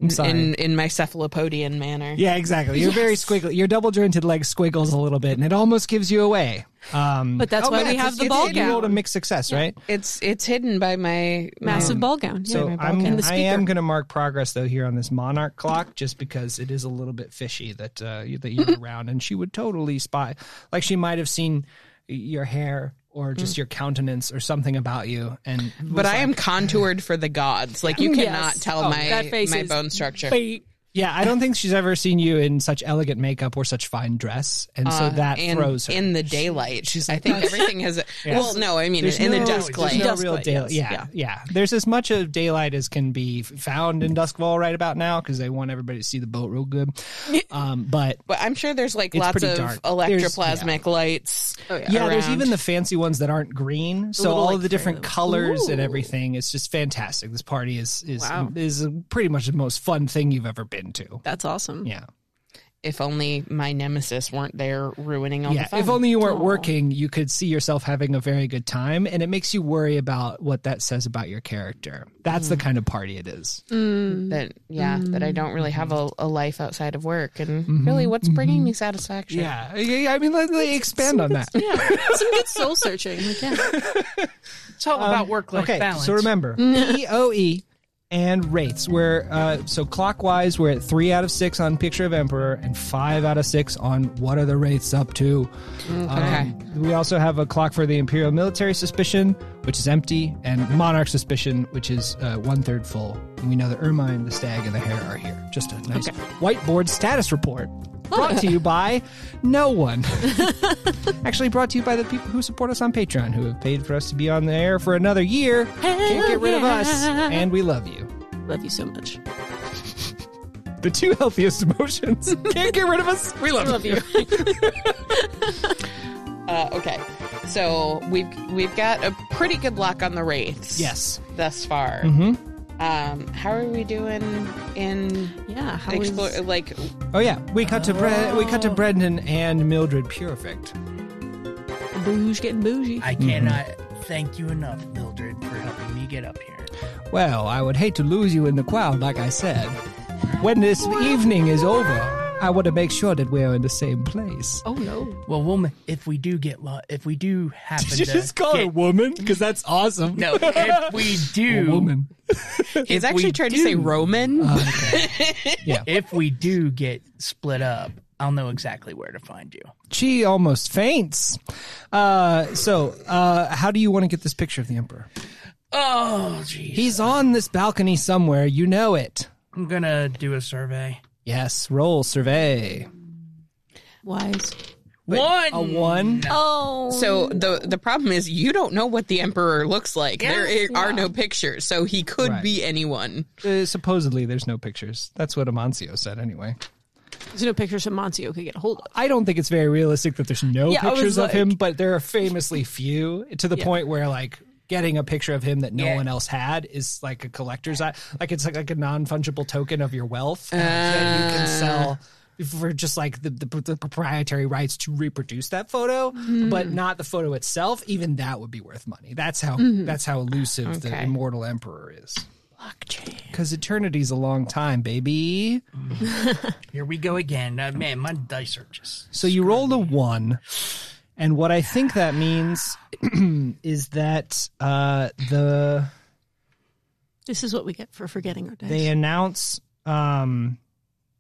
Speaker 1: I'm sorry.
Speaker 2: In in my cephalopodian manner.
Speaker 1: yeah, exactly. You're very squiggly. Your double jointed leg squiggles a little bit, and it almost gives you away. Um,
Speaker 4: But that's why we have the
Speaker 1: it's-
Speaker 4: ball
Speaker 1: it's- You rolled a
Speaker 4: gown.
Speaker 1: mixed success, right?
Speaker 2: It's it's hidden by my
Speaker 4: Massive
Speaker 2: um,
Speaker 4: ball gown. Yeah,
Speaker 1: So
Speaker 4: my ball
Speaker 1: I'm,
Speaker 4: gown. And the
Speaker 1: I
Speaker 4: speaker.
Speaker 1: am going to mark progress though here on this monarch clock, just because it is a little bit fishy that uh, you- that you're around, and she would totally spy, like she might have seen your hair or
Speaker 4: Mm.
Speaker 1: just your countenance or something about you, and
Speaker 2: But I am contoured for the gods. Like you
Speaker 4: Yes.
Speaker 2: cannot tell
Speaker 4: Oh, that
Speaker 2: my
Speaker 4: face
Speaker 2: my
Speaker 4: is
Speaker 2: bone structure.
Speaker 1: yeah, I don't think she's ever seen you in such elegant makeup or such fine dress, and so that
Speaker 2: Uh, and
Speaker 1: throws her.
Speaker 2: in the daylight. I think everything has. Well, no, I mean
Speaker 1: There's
Speaker 2: in
Speaker 1: no-
Speaker 2: the dusk
Speaker 1: there's
Speaker 2: light.
Speaker 1: no real
Speaker 4: light,
Speaker 1: daylight.
Speaker 4: yes.
Speaker 1: Yeah, yeah, There's as much of daylight as can be f- found in Duskfall right about now because they want everybody to see the boat real good. Um, but
Speaker 2: But I'm sure there's like
Speaker 1: It's
Speaker 2: lots
Speaker 1: pretty
Speaker 2: of
Speaker 1: dark. There's-
Speaker 2: electroplasmic lights.
Speaker 4: Oh,
Speaker 1: Yeah, there's
Speaker 2: around.
Speaker 1: even the fancy ones that aren't green. So
Speaker 4: little,
Speaker 1: all
Speaker 4: like,
Speaker 1: of the different
Speaker 4: fairy-
Speaker 1: colors and
Speaker 4: Ooh.
Speaker 1: everything. It's just fantastic. This party is is
Speaker 4: Wow.
Speaker 1: is pretty much the most fun thing you've ever been to.
Speaker 4: That's awesome.
Speaker 1: Yeah,
Speaker 2: If only my nemesis weren't there ruining all
Speaker 1: yeah.
Speaker 2: the fun.
Speaker 1: If only you weren't working, you could see yourself having a very good time, and it makes you worry about what that says about your character. That's the kind of party it is.
Speaker 2: that yeah, that I don't really have
Speaker 1: Mm-hmm.
Speaker 2: a, a life outside of work, and really, what's bringing me satisfaction?
Speaker 1: Yeah, yeah. I mean, let, let expand on that.
Speaker 4: Yeah, some good soul searching. Like, yeah.
Speaker 3: It's all about work life
Speaker 1: Um, okay,
Speaker 3: balance.
Speaker 1: so remember EOE and rates. We're uh, so clockwise. We're at three out of six on Picture of Emperor and five out of six on What Are the Wraiths Up To. Um,
Speaker 2: Okay.
Speaker 1: we also have a clock for the Imperial Military Suspicion, which is empty, and Monarch Suspicion, which is uh, one third full. And we know the Ermine, the Stag, and the Hare are here. Just a nice whiteboard status report. Brought to you by no one. Actually, brought to you by the people who support us on Patreon, who have paid for us to be on the air for another year. Can't get rid of us, and we love you.
Speaker 4: Love you so much.
Speaker 1: The two healthiest emotions. Can't get rid of us. We love,
Speaker 4: Love you.
Speaker 2: Uh, okay, so we've we've got a pretty good lock on the wraiths.
Speaker 1: Yes. Mm-hmm.
Speaker 2: thus far. Um, how are we doing in
Speaker 4: Yeah. How is-
Speaker 2: explore? Like,
Speaker 1: Oh yeah, we cut to Bre- we cut to Brendan and Mildred Purifict.
Speaker 4: bouge getting bougie?
Speaker 3: I cannot thank you enough, Mildred, for helping me get up here.
Speaker 1: Well, I would hate to lose you in the crowd, like I said. When this evening is over, I want to make sure that we're in the same place.
Speaker 4: oh no.
Speaker 3: Well, we'll ma- if we do get lo- if we do happen
Speaker 1: Did you
Speaker 3: to
Speaker 1: just call her
Speaker 3: get-
Speaker 1: woman? Because that's awesome.
Speaker 3: no, if we do,
Speaker 1: woman.
Speaker 2: he's actually trying to say Roman.
Speaker 1: Uh,
Speaker 3: if we do get split up, I'll know exactly where to find you.
Speaker 1: She almost faints. Uh, so, uh, how do you want to get this picture of the emperor?
Speaker 3: Oh, jeez.
Speaker 1: He's on this balcony somewhere. You know it.
Speaker 3: I'm gonna do a survey.
Speaker 1: Yes. Roll survey.
Speaker 4: Wise.
Speaker 3: one.
Speaker 1: A one.
Speaker 4: Oh.
Speaker 2: so the the problem is you don't know what the emperor looks like. there i- are no pictures, so he could
Speaker 1: Right.
Speaker 2: be anyone.
Speaker 1: Uh, supposedly, there's no pictures. That's what Amancio said, anyway.
Speaker 4: There's no pictures of Moncio could get a hold of.
Speaker 1: I don't think it's very realistic that there's no
Speaker 4: Yeah, I was
Speaker 1: pictures of
Speaker 4: like-
Speaker 1: him, but there are famously few to the point where like getting a picture of him that no
Speaker 3: Yeah.
Speaker 1: one else had is like a collector's eye. Like it's like, like a non fungible token of your wealth that you
Speaker 4: Uh.
Speaker 1: can sell for just like the, the, the proprietary rights to reproduce that photo,
Speaker 4: Hmm.
Speaker 1: but not the photo itself. Even that would be worth money. That's how
Speaker 4: Hmm.
Speaker 1: that's how elusive the
Speaker 2: Okay.
Speaker 1: immortal emperor is.
Speaker 4: Blockchain.
Speaker 1: Because eternity's a long time, baby.
Speaker 3: Here we go again. Uh, man, my dice are just.
Speaker 1: So you rolled a one, and what I think that means is that uh, the
Speaker 4: This is what we get for forgetting our dice.
Speaker 1: they announce um,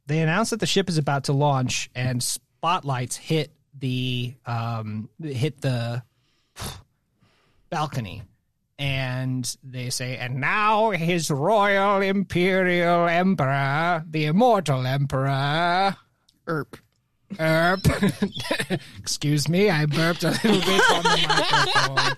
Speaker 1: they announce that the ship is about to launch, and spotlights hit the um, hit the balcony. And they say, and now his royal imperial emperor, the immortal emperor,
Speaker 2: Erp.
Speaker 1: Erp. Excuse me, I burped a little bit on the microphone.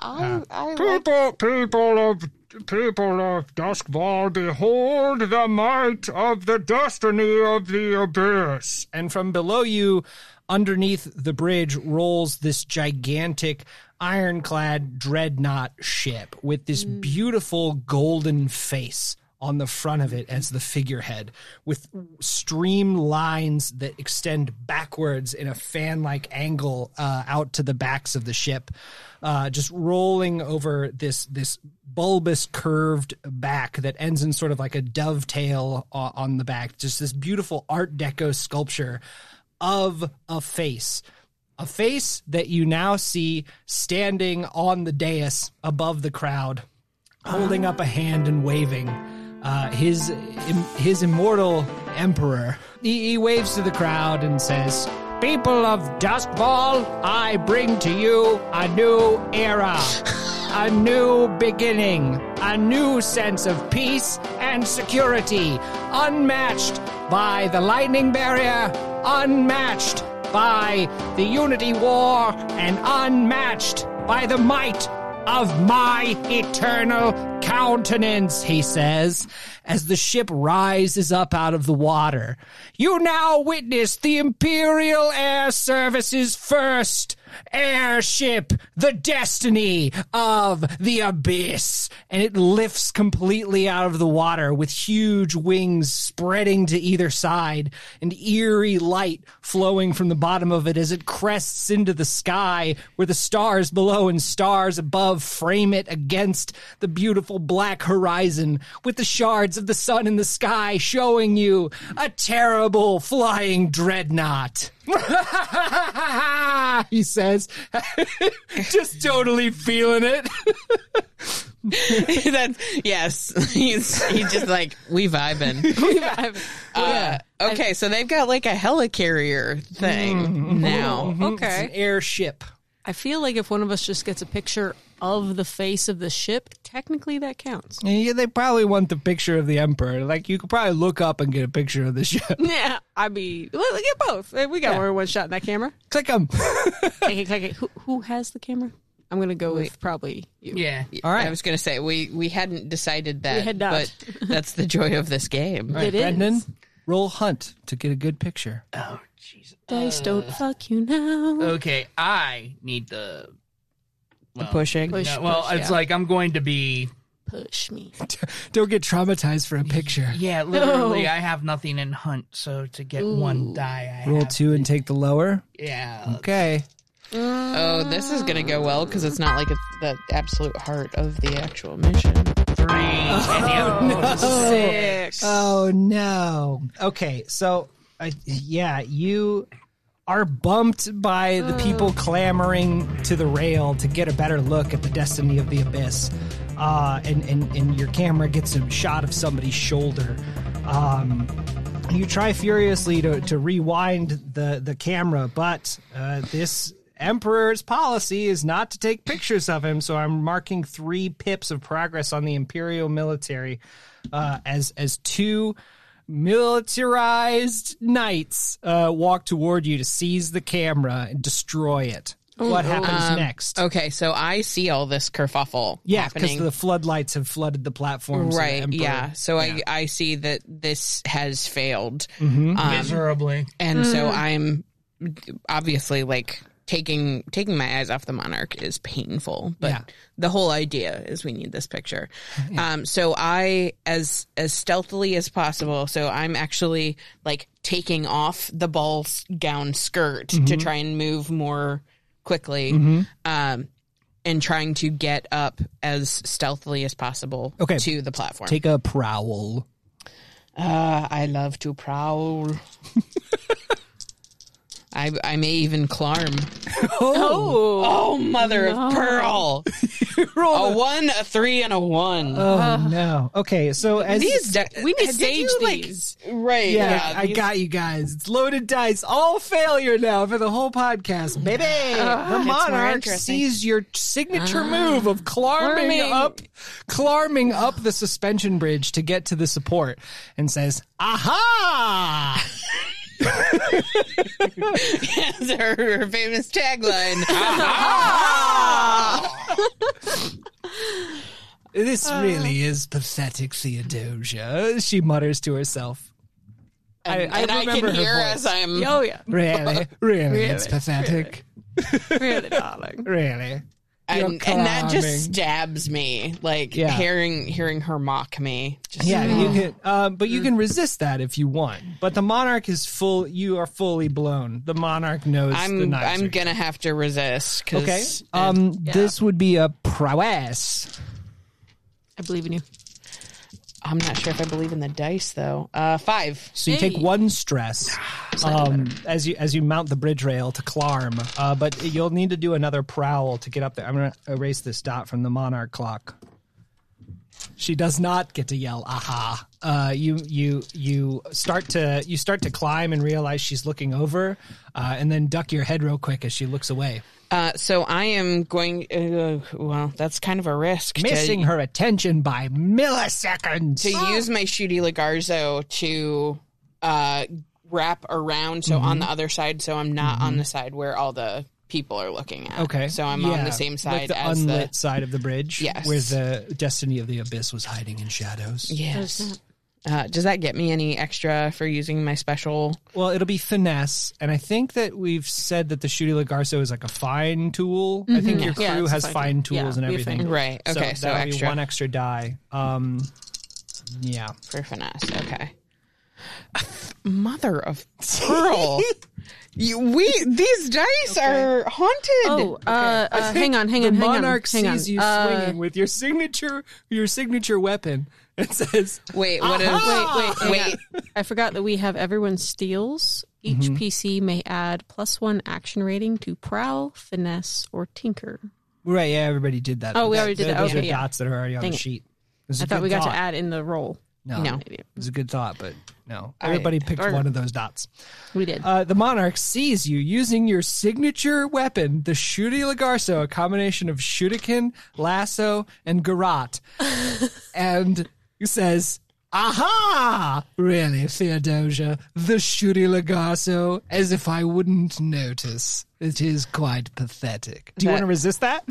Speaker 2: I, I
Speaker 1: People, people of
Speaker 5: people of Duskval, behold the might of the destiny of the abyss.
Speaker 1: and from below you, underneath the bridge, rolls this gigantic ironclad dreadnought ship with this
Speaker 5: Mm.
Speaker 1: beautiful golden face on the front of it as the figurehead, with stream lines that extend backwards in a fan like angle uh, out to the backs of the ship, uh, just rolling over this this bulbous curved back that ends in sort of like a dovetail uh, on the back. Just this beautiful Art Deco sculpture of a face. A face that you now see standing on the dais above the crowd, holding up a hand and waving. Uh, his im- his immortal emperor. He, he waves to the crowd and says, "People of Duskfall, I bring to you a new era, a new beginning, a new sense of peace and security, unmatched by the lightning barrier, unmatched by the Unity War, and unmatched by the might of my eternal countenance, he says, as the ship rises up out of the water. You now witness the Imperial Air Service's first airship, the destiny of the abyss. And it lifts completely out of the water with huge wings spreading to either side and eerie light flowing from the bottom of it as it crests into the sky where the stars below and stars above frame it against the beautiful black horizon with the shards of the sun in the sky showing you a terrible flying dreadnought. he says, just totally feeling it.
Speaker 2: That's yes. He's he's just like we vibing. we vibing. Uh, okay, so they've got like a helicarrier thing now.
Speaker 1: It's an
Speaker 4: Okay.
Speaker 1: airship.
Speaker 4: I feel like if one of us just gets a picture of the face of the ship, technically that counts.
Speaker 1: Yeah, they probably want the picture of the emperor. Like you could probably look up and get a picture of the ship.
Speaker 4: Yeah, I be let- get both. Hey, We got more than one shot in that camera.
Speaker 1: Click them.
Speaker 4: Okay, okay, okay. Who, who has the camera? I'm gonna go with probably you.
Speaker 3: Yeah.
Speaker 1: All right.
Speaker 2: I was gonna say we we hadn't decided that,
Speaker 4: had not.
Speaker 2: but that's the joy of this game.
Speaker 1: All right,
Speaker 4: It is.
Speaker 1: Brendan, roll hunt to get a good picture.
Speaker 4: Dice don't
Speaker 1: Uh,
Speaker 4: fuck you now.
Speaker 3: Okay, I need the. Well,
Speaker 2: Pushing.
Speaker 4: Push,
Speaker 3: no, well,
Speaker 4: push,
Speaker 3: it's
Speaker 4: yeah.
Speaker 3: like I'm going to be.
Speaker 4: push me.
Speaker 1: Don't get traumatized for a picture.
Speaker 3: Yeah, literally,
Speaker 1: Oh.
Speaker 3: I have nothing in hunt, so to get one die, I
Speaker 1: Roll
Speaker 3: have-
Speaker 1: two and take the lower.
Speaker 3: Yeah.
Speaker 1: Okay.
Speaker 2: Oh, this is gonna go well because it's not like it's the absolute heart of the actual mission.
Speaker 3: Three. and the other one's a six.
Speaker 1: Oh no. Okay, so I yeah, you are bumped by the people clamoring to the rail to get a better look at the destiny of the abyss. Uh, and, and, and your camera gets a shot of somebody's shoulder. Um, you try furiously to, to rewind the, the camera, but uh, this emperor's policy is not to take pictures of him. So I'm marking three pips of progress on the imperial military uh, as as two militarized knights uh, walk toward you to seize the camera and destroy it. What happens next?
Speaker 2: Um, Okay, so I see all this kerfuffle.
Speaker 1: yeah, because
Speaker 2: happening.
Speaker 1: the floodlights have flooded the platform. so the
Speaker 2: right.
Speaker 1: emperor-
Speaker 2: yeah. So I I see that this has failed. Um,
Speaker 3: Miserably.
Speaker 2: and so
Speaker 1: Mm.
Speaker 2: i'm obviously like taking taking my eyes off the monarch is painful but
Speaker 1: Yeah.
Speaker 2: the whole idea is we need this picture um so i as as stealthily as possible so i'm actually like taking off the ball s- gown skirt
Speaker 1: Mm-hmm.
Speaker 2: to try and move more quickly um and trying to get up as stealthily as possible
Speaker 1: Okay.
Speaker 2: to the platform
Speaker 1: Take a prowl.
Speaker 2: uh, I love to prowl. I I may even climb.
Speaker 4: Oh,
Speaker 2: Oh, mother of pearl! a one, a three, and a one.
Speaker 1: Oh no. Okay, so as
Speaker 2: these de-
Speaker 4: we need to
Speaker 2: did
Speaker 4: stage
Speaker 2: you, like-
Speaker 4: these.
Speaker 2: right?
Speaker 1: yeah,
Speaker 2: Yeah,
Speaker 1: I
Speaker 2: these-
Speaker 1: got you guys. It's loaded dice, all failure now for the whole podcast, baby. the monarch
Speaker 2: interesting. Ah.
Speaker 1: sees your signature move of climbing
Speaker 2: Climbing.
Speaker 1: up, climbing up the suspension bridge to get to the support, and says, "Aha!"
Speaker 2: her, her famous tagline.
Speaker 1: This really is pathetic, Theodosia, she mutters to herself.
Speaker 2: And,
Speaker 1: I
Speaker 2: and I,
Speaker 1: remember
Speaker 2: can
Speaker 1: her
Speaker 2: hear
Speaker 1: voice.
Speaker 2: as I'm.
Speaker 4: Oh yeah,
Speaker 1: Really, really, it's
Speaker 4: Really,
Speaker 1: pathetic.
Speaker 4: really, darling.
Speaker 1: Really. You're
Speaker 2: and, and that
Speaker 1: climbing.
Speaker 2: just stabs me like
Speaker 1: Yeah.
Speaker 2: hearing hearing her mock me just
Speaker 1: Yeah, you can, um, but you can resist that if you want. But the monarch is full. You are fully blown. The monarch knows. the
Speaker 2: i'm
Speaker 1: knives are
Speaker 2: i'm
Speaker 1: here.
Speaker 2: gonna have to resist 'cause-
Speaker 1: Okay. Um, this would be a prowess.
Speaker 4: I believe in you.
Speaker 2: i'm not sure if i believe in the dice though uh five
Speaker 1: So you take
Speaker 4: Hey.
Speaker 1: one stress um, as you as you mount the bridge rail to climb, uh, but you'll need to do another prowl to get up there. I'm going to erase this dot from the monarch clock. She does not get to yell "aha." Uh, you you you start to you start to climb and realize she's looking over, uh, and then duck your head real quick as she looks away,
Speaker 2: uh so i am going uh, well that's kind of a risk to-
Speaker 1: missing her attention by milliseconds.
Speaker 2: to use my shooty lagarzo to uh wrap around so
Speaker 1: Mm-hmm.
Speaker 2: on the other side so i'm not on the side where all the people are looking at
Speaker 1: Okay.
Speaker 2: so i'm on
Speaker 1: Yeah,
Speaker 2: the same
Speaker 1: like
Speaker 2: side
Speaker 1: the
Speaker 2: as
Speaker 1: unlit side of the bridge.
Speaker 2: Yes.
Speaker 1: Where the destiny of the abyss was hiding in shadows.
Speaker 2: the yes uh, does that get me any extra for using my special
Speaker 1: Well, it'll be finesse. And I think that we've said that the Shooty Lagarso is like a fine tool. I think your crew
Speaker 4: Yeah, it's a
Speaker 1: has fine,
Speaker 4: fine tool.
Speaker 1: tools
Speaker 4: Mm-hmm. Yeah,
Speaker 1: and
Speaker 4: we have
Speaker 1: everything.
Speaker 4: fine-
Speaker 2: Right. Okay. So,
Speaker 1: that'll be
Speaker 2: extra
Speaker 1: one extra die. Um yeah.
Speaker 2: for finesse. Okay. Mother of pearl. you, we these dice are haunted.
Speaker 4: Oh, uh, uh, hang on, hang on,
Speaker 1: the
Speaker 4: hang on.
Speaker 1: monarch
Speaker 4: hang on.
Speaker 1: sees you
Speaker 4: Uh,
Speaker 1: swinging with your signature your signature weapon and says
Speaker 2: Wait. What is?
Speaker 4: Wait, Uh-huh. wait,
Speaker 2: Wait.
Speaker 4: wait. I forgot that we have everyone steals. Each
Speaker 1: Mm-hmm.
Speaker 4: PC may add plus one action rating to prowl, finesse, or tinker.
Speaker 1: Right, yeah, everybody did that.
Speaker 4: Oh, we already did that.
Speaker 1: Those
Speaker 4: Okay,
Speaker 1: are
Speaker 4: yeah.
Speaker 1: dots that are already on
Speaker 4: Dang
Speaker 1: the
Speaker 4: it.
Speaker 1: sheet. It was a
Speaker 4: I thought
Speaker 1: good
Speaker 4: we got
Speaker 1: thought.
Speaker 4: to add in the roll.
Speaker 2: No.
Speaker 4: Maybe.
Speaker 1: It was a good thought, but no.
Speaker 2: All right.
Speaker 1: Everybody picked one of those dots.
Speaker 4: We did.
Speaker 1: Uh, the monarch sees you using your signature weapon, the Shooty Lagarso, a combination of shuriken, lasso, and garrote, and he says, "Aha! Really, Theodosia, the Shooty Lagarso? As if I wouldn't notice. It is quite pathetic. Do you
Speaker 2: That-
Speaker 1: want to resist that?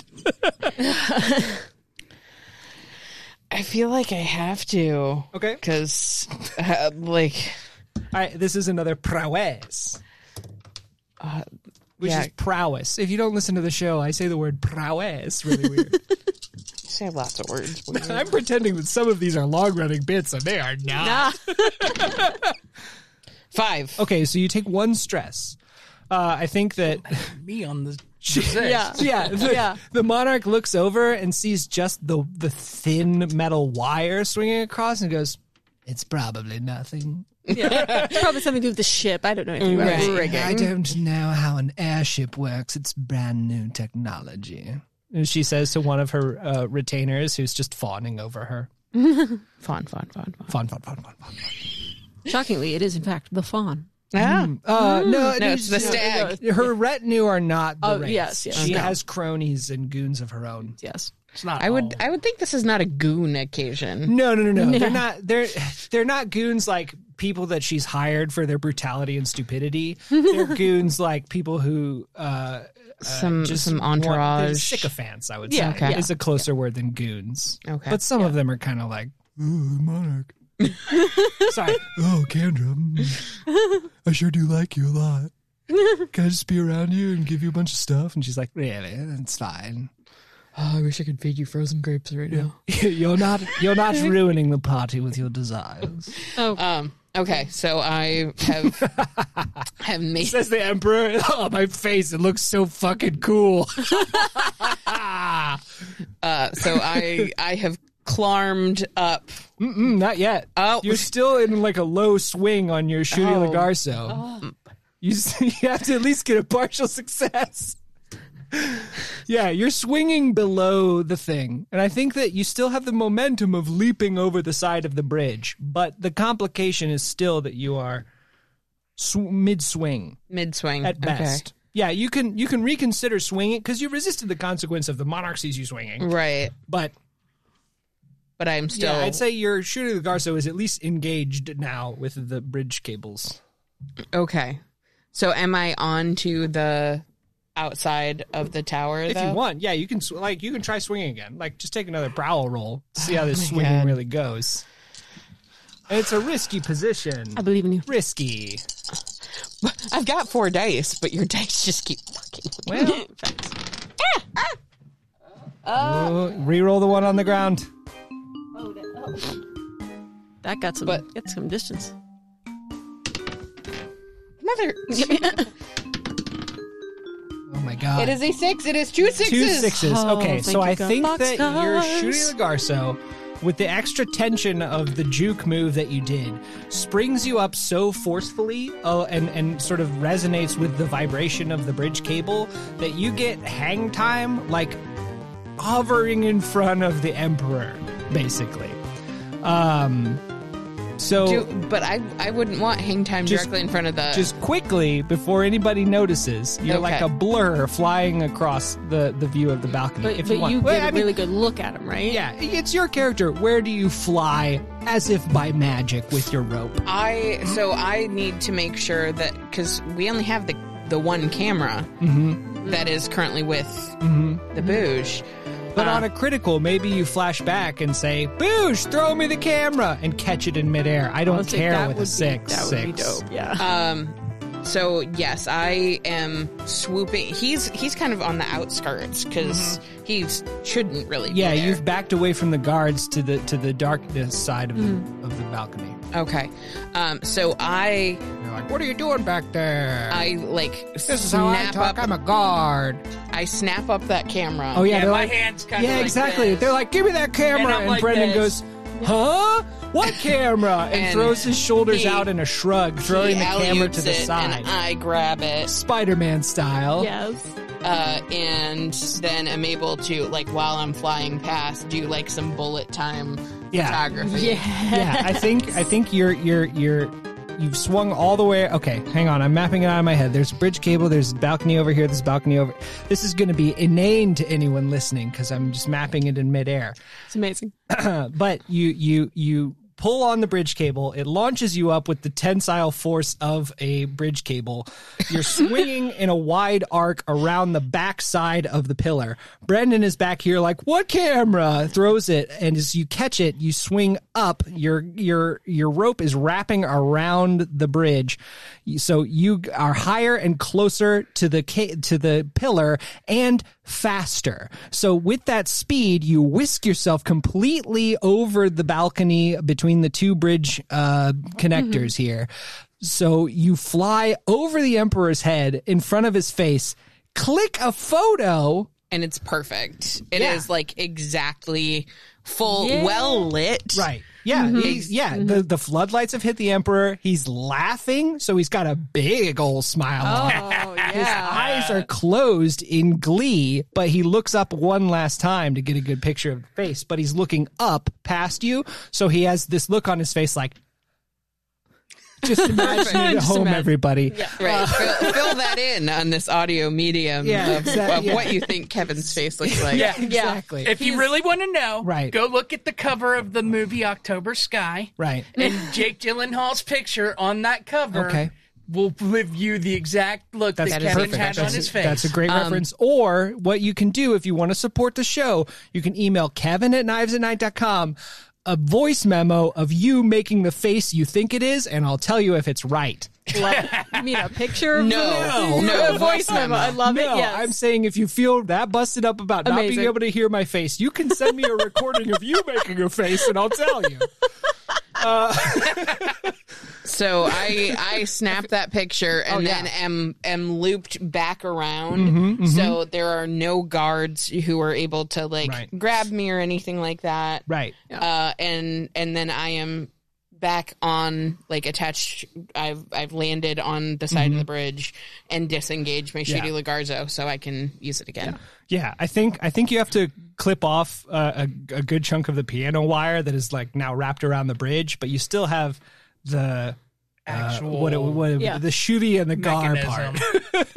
Speaker 2: I feel like I have to.
Speaker 1: Okay.
Speaker 2: Because, uh, like,
Speaker 1: All right, this is another prowess. which
Speaker 2: uh, yeah.
Speaker 1: is prowess. If you don't listen to the show, I say the word prowess really weird.
Speaker 2: you say lots of words. when you-
Speaker 1: I'm pretending that some of these are long running bits and they are not.
Speaker 4: Ah,
Speaker 2: Five.
Speaker 4: Oh.
Speaker 1: Okay, so you take one stress. Uh, I think that
Speaker 3: Me on the
Speaker 4: yeah.
Speaker 1: yeah, the,
Speaker 4: Yeah.
Speaker 1: the monarch looks over and sees just the the thin metal wire swinging across and goes, "It's probably nothing."
Speaker 4: Probably something to do with the ship. I don't know anything about
Speaker 2: Right.
Speaker 4: it.
Speaker 2: Rigging.
Speaker 1: I don't know how an airship works. It's brand new technology. And she says to one of her uh, retainers, who's just fawning over her.
Speaker 2: Fun. Fun. Fun. Fun.
Speaker 1: Fawn, fawn, fawn, fawn, fawn.
Speaker 4: Shockingly, it is, in fact, the fawn.
Speaker 2: Ah.
Speaker 4: Mm.
Speaker 1: Uh, no,
Speaker 2: No, it's the stag.
Speaker 1: Her retinue are not the
Speaker 4: Oh,
Speaker 1: race.
Speaker 4: yes, yes,
Speaker 1: she
Speaker 4: no.
Speaker 1: has cronies and goons of her own.
Speaker 4: Yes.
Speaker 3: It's not.
Speaker 2: I would.
Speaker 4: Oh.
Speaker 2: I would think this is not a goon
Speaker 4: Mm.
Speaker 2: occasion.
Speaker 1: No, no, no, no. They're not. They're they're not goons like people that she's hired for their brutality and stupidity. They're goons like people who uh,
Speaker 2: Some.
Speaker 1: just
Speaker 2: Some
Speaker 1: want- they're
Speaker 2: entourage.
Speaker 1: sycophants. I would
Speaker 4: Yeah,
Speaker 1: say
Speaker 4: okay.
Speaker 1: is a closer word than goons.
Speaker 2: Okay.
Speaker 1: but some of them are kind of like "Ooh, monarch. Sorry.
Speaker 6: Oh, Kendra. mm. I sure do like you a lot. Can I just be around you and give you a bunch of stuff?
Speaker 1: And she's like, really? It's fine.
Speaker 2: Oh, I wish I could feed you frozen grapes right now.
Speaker 1: you're not. You're not ruining the party with your desires.
Speaker 4: Oh,
Speaker 1: Uh,
Speaker 2: Um. Okay, so I have have made
Speaker 1: says the emperor. Oh, my face! It looks so fucking cool.
Speaker 2: uh, so I I have clarmed up.
Speaker 1: Mm, not yet.
Speaker 2: Oh.
Speaker 1: You're still in like a low swing on your shooting
Speaker 2: Oh.
Speaker 1: Lagarso. You s- you have to at least get a partial success. yeah, you're swinging below the thing, and I think that you still have the momentum of leaping over the side of the bridge. But the complication is still that you are sw- mid swing.
Speaker 2: mid swing
Speaker 1: at best. Yeah, you can you can reconsider swinging because you resisted the consequence of the monarch sees you swinging,
Speaker 2: Right,
Speaker 1: but
Speaker 2: but I'm still.
Speaker 1: yeah, I'd say your shooting the Garso is at least engaged now with the bridge cables.
Speaker 2: okay. So am I on to the outside of the tower.
Speaker 1: If
Speaker 2: though?
Speaker 1: you want, yeah, you can sw- like you can try swinging again. Like just take another prowl roll, see how this swing
Speaker 2: God.
Speaker 1: really goes. It's a risky position.
Speaker 4: I believe in you.
Speaker 1: risky.
Speaker 2: I've got four dice, but your dice just keep fucking.
Speaker 1: Well,
Speaker 2: Uh,
Speaker 1: Oh, re-roll the one on the ground.
Speaker 4: That got some
Speaker 2: But-
Speaker 4: get some distance.
Speaker 2: Mother,
Speaker 1: Oh my god.
Speaker 2: it is a six. It is two sixes.
Speaker 1: two sixes.
Speaker 4: Oh,
Speaker 1: okay,
Speaker 4: thank
Speaker 1: so
Speaker 4: you,
Speaker 1: I
Speaker 4: God.
Speaker 1: think
Speaker 4: Box
Speaker 1: that
Speaker 4: guys.
Speaker 1: you're shooting the Garso with the extra tension of the juke move that you did springs you up so forcefully uh, and and sort of resonates with the vibration of the bridge cable that you get hang time like hovering in front of the emperor basically. Um so
Speaker 2: Do- but I, I wouldn't want hang time
Speaker 1: Just-
Speaker 2: directly in front of the.
Speaker 1: just quickly before anybody notices, you're like
Speaker 2: Okay.
Speaker 1: a blur flying across the, the view of the balcony.
Speaker 4: But,
Speaker 1: if
Speaker 4: but
Speaker 1: you want,
Speaker 4: you
Speaker 1: Well,
Speaker 4: get
Speaker 1: I
Speaker 4: a
Speaker 1: mean,
Speaker 4: really good look at him, right?
Speaker 1: yeah, it's your character. Where do you fly as if by magic with your rope?
Speaker 2: I so I need to make sure that because we only have the the one camera
Speaker 1: Mm-hmm.
Speaker 2: that is currently with the bouge.
Speaker 1: But on a
Speaker 4: Ah.
Speaker 1: critical, maybe you flash back and say, "Boosh, throw me the camera," and catch it in midair. I don't
Speaker 4: Honestly,
Speaker 1: care
Speaker 4: that
Speaker 1: with
Speaker 4: would
Speaker 1: a
Speaker 4: be-
Speaker 1: six.
Speaker 4: that would
Speaker 1: six.
Speaker 4: be dope. Yeah.
Speaker 2: So yes, I am swooping. He's he's kind of on the outskirts because he shouldn't really. be
Speaker 1: Mm-hmm. Yeah,
Speaker 2: there.
Speaker 1: you've backed away from the guards to the to the darkness side of the
Speaker 4: Hmm.
Speaker 1: of the balcony.
Speaker 2: okay. Um, so I
Speaker 1: You're like, "What are you doing back there?"
Speaker 2: I like
Speaker 1: this is how I
Speaker 2: snap
Speaker 1: talk.
Speaker 2: up.
Speaker 1: I'm a guard.
Speaker 2: I snap up that camera.
Speaker 1: Oh yeah,
Speaker 3: Yeah,
Speaker 1: they're
Speaker 3: my
Speaker 1: like,
Speaker 3: hand's kinda
Speaker 1: yeah,
Speaker 3: like
Speaker 1: exactly.
Speaker 3: this.
Speaker 1: They're like, give me that camera,
Speaker 3: And
Speaker 1: and,
Speaker 3: I'm like
Speaker 1: Brendan
Speaker 3: this.
Speaker 1: goes, huh? What camera? And,
Speaker 2: And
Speaker 1: throws his shoulders
Speaker 2: he-
Speaker 1: out in a shrug,
Speaker 2: He
Speaker 1: throwing the camera
Speaker 2: alley-oops
Speaker 1: to the
Speaker 2: it,
Speaker 1: side,
Speaker 2: and I grab it.
Speaker 1: Spider-Man style.
Speaker 4: Yes.
Speaker 2: uh, and then am able to like while I'm flying past do like some bullet time
Speaker 1: Yeah.
Speaker 2: photography.
Speaker 4: Yeah.
Speaker 1: yeah, I think I think you're you're you're you've swung all the way. Okay, hang on, I'm mapping it out in my head. There's a bridge cable. There's a balcony over here. There's a balcony over. This is going to be inane to anyone listening because I'm just mapping it in midair.
Speaker 4: It's amazing.
Speaker 1: but you you you pull on the bridge cable it launches you up with the tensile force of a bridge cable you're swinging in a wide arc around the back side of the pillar brendan is back here like what camera throws it and as you catch it you swing up your your your rope is wrapping around the bridge so you are higher and closer to the ca- to the pillar and faster. So with that speed, you whisk yourself completely over the balcony between the two bridge uh, connectors here. So you fly over the emperor's head in front of his face, click a photo.
Speaker 2: And it's perfect. It is
Speaker 1: Yeah.
Speaker 2: like exactly full, well lit.
Speaker 1: Right. Yeah, he's, yeah. The the floodlights have hit the emperor. He's laughing, so he's got a big old smile. on.
Speaker 4: Oh
Speaker 1: His
Speaker 4: yeah.
Speaker 1: eyes are closed in glee, but he looks up one last time to get a good picture of the face. But he's looking up past you, so he has this look on his face like, just imagine it at
Speaker 4: Just
Speaker 1: home,
Speaker 4: imagine.
Speaker 1: everybody.
Speaker 2: Right. fill, fill that in on this audio medium
Speaker 1: Uh, Yeah,
Speaker 2: of,
Speaker 1: exactly,
Speaker 2: of
Speaker 1: yeah.
Speaker 2: what you think Kevin's face looks like.
Speaker 3: Yeah.
Speaker 1: exactly.
Speaker 3: If you really want to know,
Speaker 1: Right.
Speaker 3: go look at the cover of the movie October Sky.
Speaker 1: Right.
Speaker 3: And Jake Gyllenhaal's picture on that cover
Speaker 1: Okay.
Speaker 3: will give you the exact look that
Speaker 1: That's
Speaker 3: Kevin
Speaker 1: perfect.
Speaker 3: had on
Speaker 1: That's,
Speaker 3: his
Speaker 1: a-
Speaker 3: face. Um,
Speaker 1: that's a great reference. Or what you can do if you want to support the show, you can email Kevin at knivesatnight.com a voice memo of you making the face you think it is, and I'll tell you if it's right.
Speaker 4: you mean a picture? of
Speaker 2: No,
Speaker 4: him?
Speaker 2: no,
Speaker 4: a voice memo. I love
Speaker 1: Oh, no,
Speaker 4: it. Yes.
Speaker 1: I'm saying if you feel that busted up about not
Speaker 4: Amazing.
Speaker 1: being able to hear my face, you can send me a recording of you making a face, and I'll tell you.
Speaker 2: So I I snap that picture
Speaker 1: Oh,
Speaker 2: and then am am looped back around.
Speaker 1: Mm-hmm,
Speaker 2: So there are no guards who are able to like
Speaker 1: Right.
Speaker 2: grab me or anything like that.
Speaker 1: Right.
Speaker 2: Uh, and and then I am back on like attached. I've I've landed on the
Speaker 1: Mm-hmm.
Speaker 2: side of the bridge and disengage my shitty Lagarzo so I can use it again.
Speaker 1: Yeah, I think I think you have to clip off uh, a, a good chunk of the piano wire that is like now wrapped around the bridge, but you still have the uh,
Speaker 3: Actual
Speaker 1: what it, what it-
Speaker 4: Yeah.
Speaker 1: the shooty and the gar
Speaker 3: mechanism.
Speaker 1: part.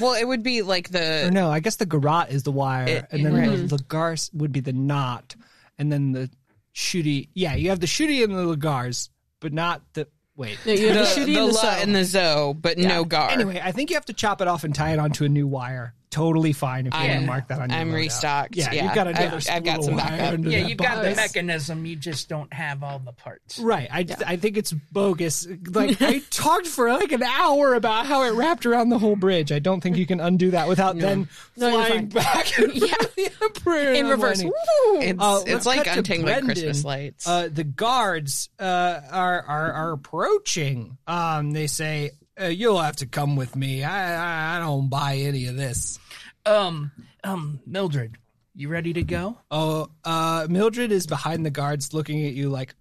Speaker 2: Well, it would be like
Speaker 1: Or
Speaker 2: the
Speaker 1: no, I guess the garrote is the wire, and then the lagars would be the knot, and then the shooty. Yeah, you have the shooty and the lagars, but not the
Speaker 7: Wait.
Speaker 4: No,
Speaker 2: The,
Speaker 4: you have the,
Speaker 2: the,
Speaker 4: shooty and
Speaker 2: la
Speaker 4: the so.
Speaker 2: and the zo, but no gar.
Speaker 1: Anyway, I think you have to chop it off and tie it onto a new wire. Totally fine if you
Speaker 2: I'm-
Speaker 1: want to mark that on your
Speaker 2: I'm
Speaker 1: loadout.
Speaker 2: restocked,
Speaker 1: Yeah,
Speaker 2: yeah.
Speaker 1: you've got
Speaker 2: I've-
Speaker 1: another
Speaker 2: I've got
Speaker 1: spool of
Speaker 2: some
Speaker 1: wire
Speaker 2: backup.
Speaker 1: under
Speaker 3: Yeah,
Speaker 1: that
Speaker 3: you've got the
Speaker 1: box.
Speaker 3: mechanism. You just don't have all the parts.
Speaker 1: Right. I, I think it's bogus. Like, I talked for like an hour about how it wrapped around the whole bridge. I don't think you can undo that without then
Speaker 4: No, you're
Speaker 1: flying
Speaker 4: fine.
Speaker 1: back and yeah. the Emperor.
Speaker 4: in reverse.
Speaker 1: unwinding.
Speaker 4: Woo!
Speaker 2: It's
Speaker 1: Uh, let's
Speaker 2: it's like
Speaker 1: cut to
Speaker 2: untangling
Speaker 1: Brendan.
Speaker 2: Christmas lights.
Speaker 1: Uh, the guards uh, are, are are approaching. Um, they say, uh, "You'll have to come with me. I, I I don't buy any of this."
Speaker 3: Um, um, Mildred, you ready to go?
Speaker 1: Oh, uh, Mildred is behind the guards, looking at you like,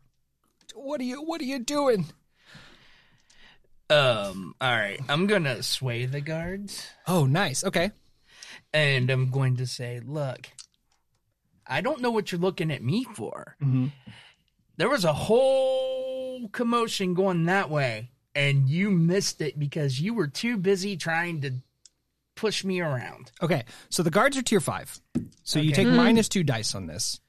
Speaker 1: "What are you? What are you doing?"
Speaker 3: Um, all right. I'm gonna sway the guards,
Speaker 1: Oh, nice. Okay.
Speaker 3: and I'm going to say, "Look, I don't know what you're looking at me for. There was a whole commotion going that way, and you missed it because you were too busy trying to push me around."
Speaker 1: Okay, so the guards are tier five, so you
Speaker 3: Hmm.
Speaker 1: take minus two dice on this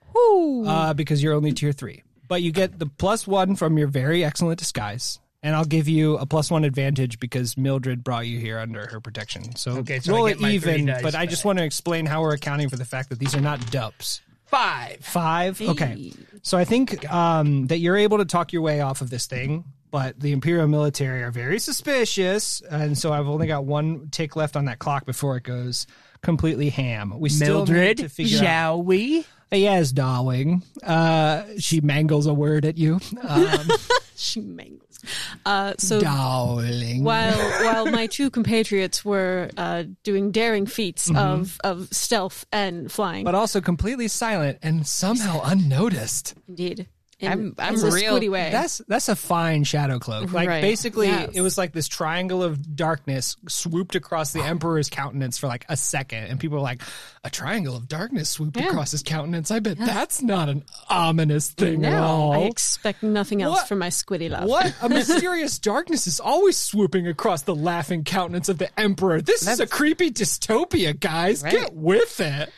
Speaker 1: uh, because you're only tier three. But you get the plus one from your very excellent disguise, and I'll give you a plus one advantage because Mildred brought you here under her protection. So,
Speaker 3: Okay, so I
Speaker 1: roll
Speaker 3: get
Speaker 1: it
Speaker 3: my three
Speaker 1: even.
Speaker 3: dice
Speaker 1: But I just want to explain how we're accounting for the fact that these are not dupes.
Speaker 3: Five.
Speaker 1: Five. Okay, so I think um, that you're able to talk your way off of this thing. But the Imperial military are very suspicious, and so I've only got one tick left on that clock before it goes completely ham. We still need to
Speaker 3: Mildred,
Speaker 1: figure out
Speaker 3: shall we?
Speaker 1: Yes, darling. Uh, she mangles a word at you. Um,
Speaker 4: She mangles. Uh, so
Speaker 1: darling.
Speaker 4: while while my two compatriots were uh, doing daring feats of of stealth and flying,
Speaker 1: But also completely silent and somehow unnoticed.
Speaker 4: indeed, in,
Speaker 2: I'm- I'm
Speaker 4: as a
Speaker 2: real-
Speaker 4: squiddy way.
Speaker 1: That's that's a fine shadow cloak. Like
Speaker 2: Right.
Speaker 1: basically,
Speaker 4: Yes.
Speaker 1: it was like this triangle of darkness swooped across the emperor's countenance for like a second, and people were like, "A triangle of darkness swooped across his countenance." I bet that's not an ominous thing at all.
Speaker 4: I expect nothing else
Speaker 1: What?
Speaker 4: from my squiddy love.
Speaker 1: What? A mysterious darkness is always swooping across the laughing countenance of the emperor. This is a creepy dystopia, guys. Get with it.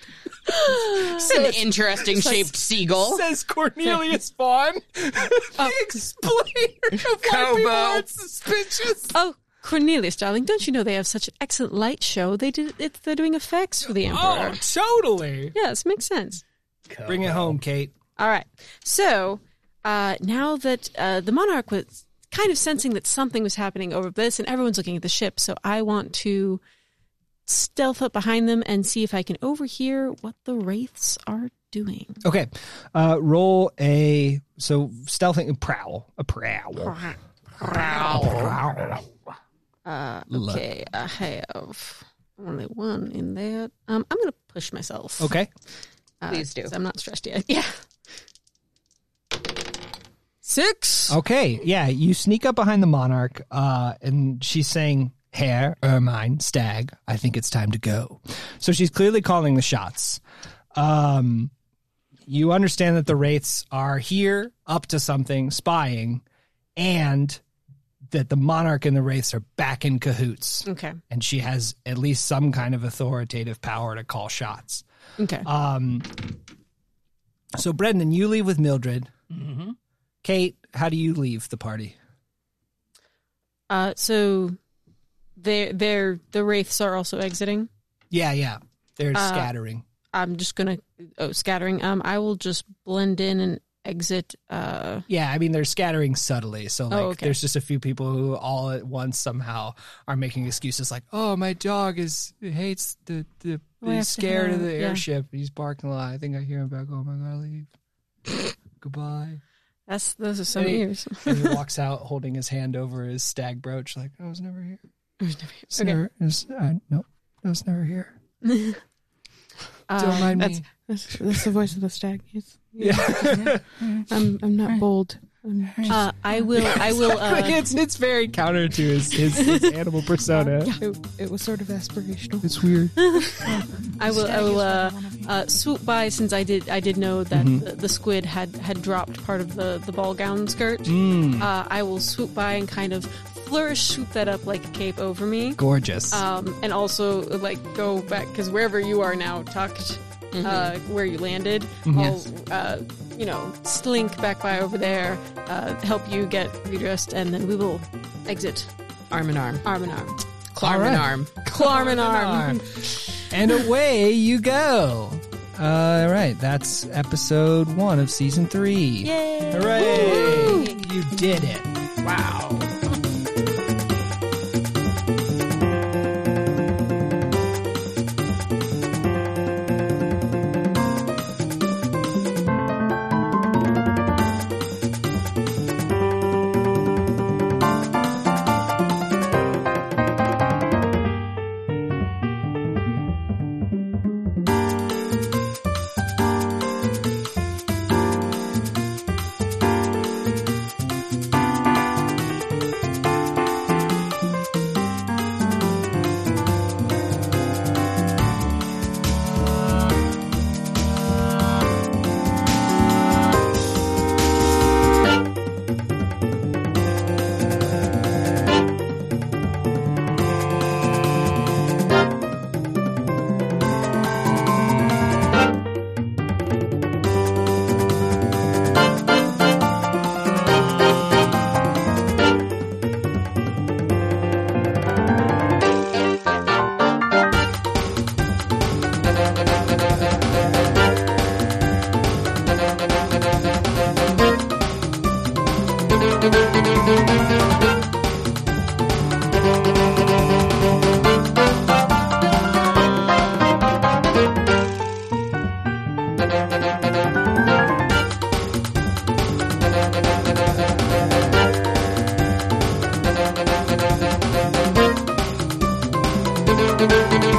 Speaker 2: it's an interesting shaped seagull.
Speaker 1: Says Cornelius Vaughn,
Speaker 4: Oh.
Speaker 1: the explainer of why people
Speaker 2: Kobo.
Speaker 1: are suspicious.
Speaker 4: Oh, Cornelius, darling, don't you know they have such an excellent light show? They did. It, they're doing effects for the emperor.
Speaker 1: Oh, totally.
Speaker 4: Yes, makes sense.
Speaker 1: Bring it home, Kate.
Speaker 4: All right. So uh, now that uh, the monarch was kind of sensing that something was happening over this, and everyone's looking at the ship, so I want to stealth up behind them and see if I can overhear what the wraiths are doing.
Speaker 1: Okay, uh, roll a so stealthing prowl, a prowl.
Speaker 4: Uh, okay, I have only one in there. Um, I'm going to push myself.
Speaker 1: Okay,
Speaker 4: Uh,
Speaker 2: Please do.
Speaker 4: 'cause I'm not stressed yet. Yeah. Six.
Speaker 1: Okay, yeah, you sneak up behind the monarch, uh, and she's saying, "Hair, ermine, stag. I think it's time to go." So she's clearly calling the shots. Um, you understand that the wraiths are here, up to something, spying, and that the monarch and the wraiths are back in cahoots,
Speaker 4: Okay.
Speaker 1: and she has at least some kind of authoritative power to call shots.
Speaker 4: Okay.
Speaker 1: Um, so, Brendan, you leave with Mildred.
Speaker 3: Mm-hmm.
Speaker 1: Kate, how do you leave the party?
Speaker 4: Uh, so they're, they're, the wraiths are also exiting.
Speaker 1: Yeah, yeah. They're
Speaker 4: Uh,
Speaker 1: scattering.
Speaker 4: I'm just gonna oh scattering. Um, I will just blend in and exit. Uh,
Speaker 1: Yeah, I mean they're scattering subtly. So like
Speaker 4: Oh, okay.
Speaker 1: there's just a few people who all at once somehow are making excuses like, "Oh, my dog is hates the the
Speaker 4: Oh, I have
Speaker 1: he's
Speaker 4: to
Speaker 1: scared of
Speaker 4: help,
Speaker 1: the
Speaker 4: yeah.
Speaker 1: airship. He's barking a lot. I think I hear him back home. I gotta leave. Goodbye."
Speaker 4: that's those are some
Speaker 1: Hey.
Speaker 4: ears.
Speaker 1: And he walks out holding his hand over his stag brooch, like, "I was never here. I was
Speaker 4: Okay.
Speaker 1: never here. no, I was never here."
Speaker 4: Um,
Speaker 1: mind
Speaker 2: that's-
Speaker 1: me.
Speaker 8: That's, that's the voice of the stag. Yes.
Speaker 1: Yeah,
Speaker 8: I'm I'm not bold. I'm just,
Speaker 4: uh, I will. I will.
Speaker 1: Like,
Speaker 4: Uh,
Speaker 1: it's it's very counter to his his, his animal persona.
Speaker 8: it, it was sort of aspirational.
Speaker 1: It's weird.
Speaker 4: I will. I will. Uh, uh, swoop by since I did. I did know that the, the squid had had dropped part of the the ball gown skirt. Uh, I will swoop by and kind of flourish, swoop that up like a cape over me.
Speaker 1: Gorgeous.
Speaker 4: um, and also like go Mm-hmm. back because wherever you are now tucked uh, where you landed i'll uh, you know, slink back by over there, uh, help you get redressed, and then we will exit
Speaker 2: Arm in arm.
Speaker 4: arm in arm.
Speaker 2: Arm in
Speaker 1: right.
Speaker 2: arm.
Speaker 4: Arm in arm.
Speaker 1: and away you go. all right, that's episode one of season three.
Speaker 4: Yay!
Speaker 1: Hooray!
Speaker 4: Woo!
Speaker 1: You did it. Wow.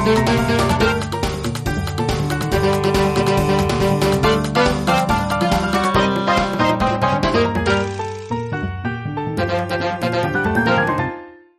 Speaker 9: Thank you.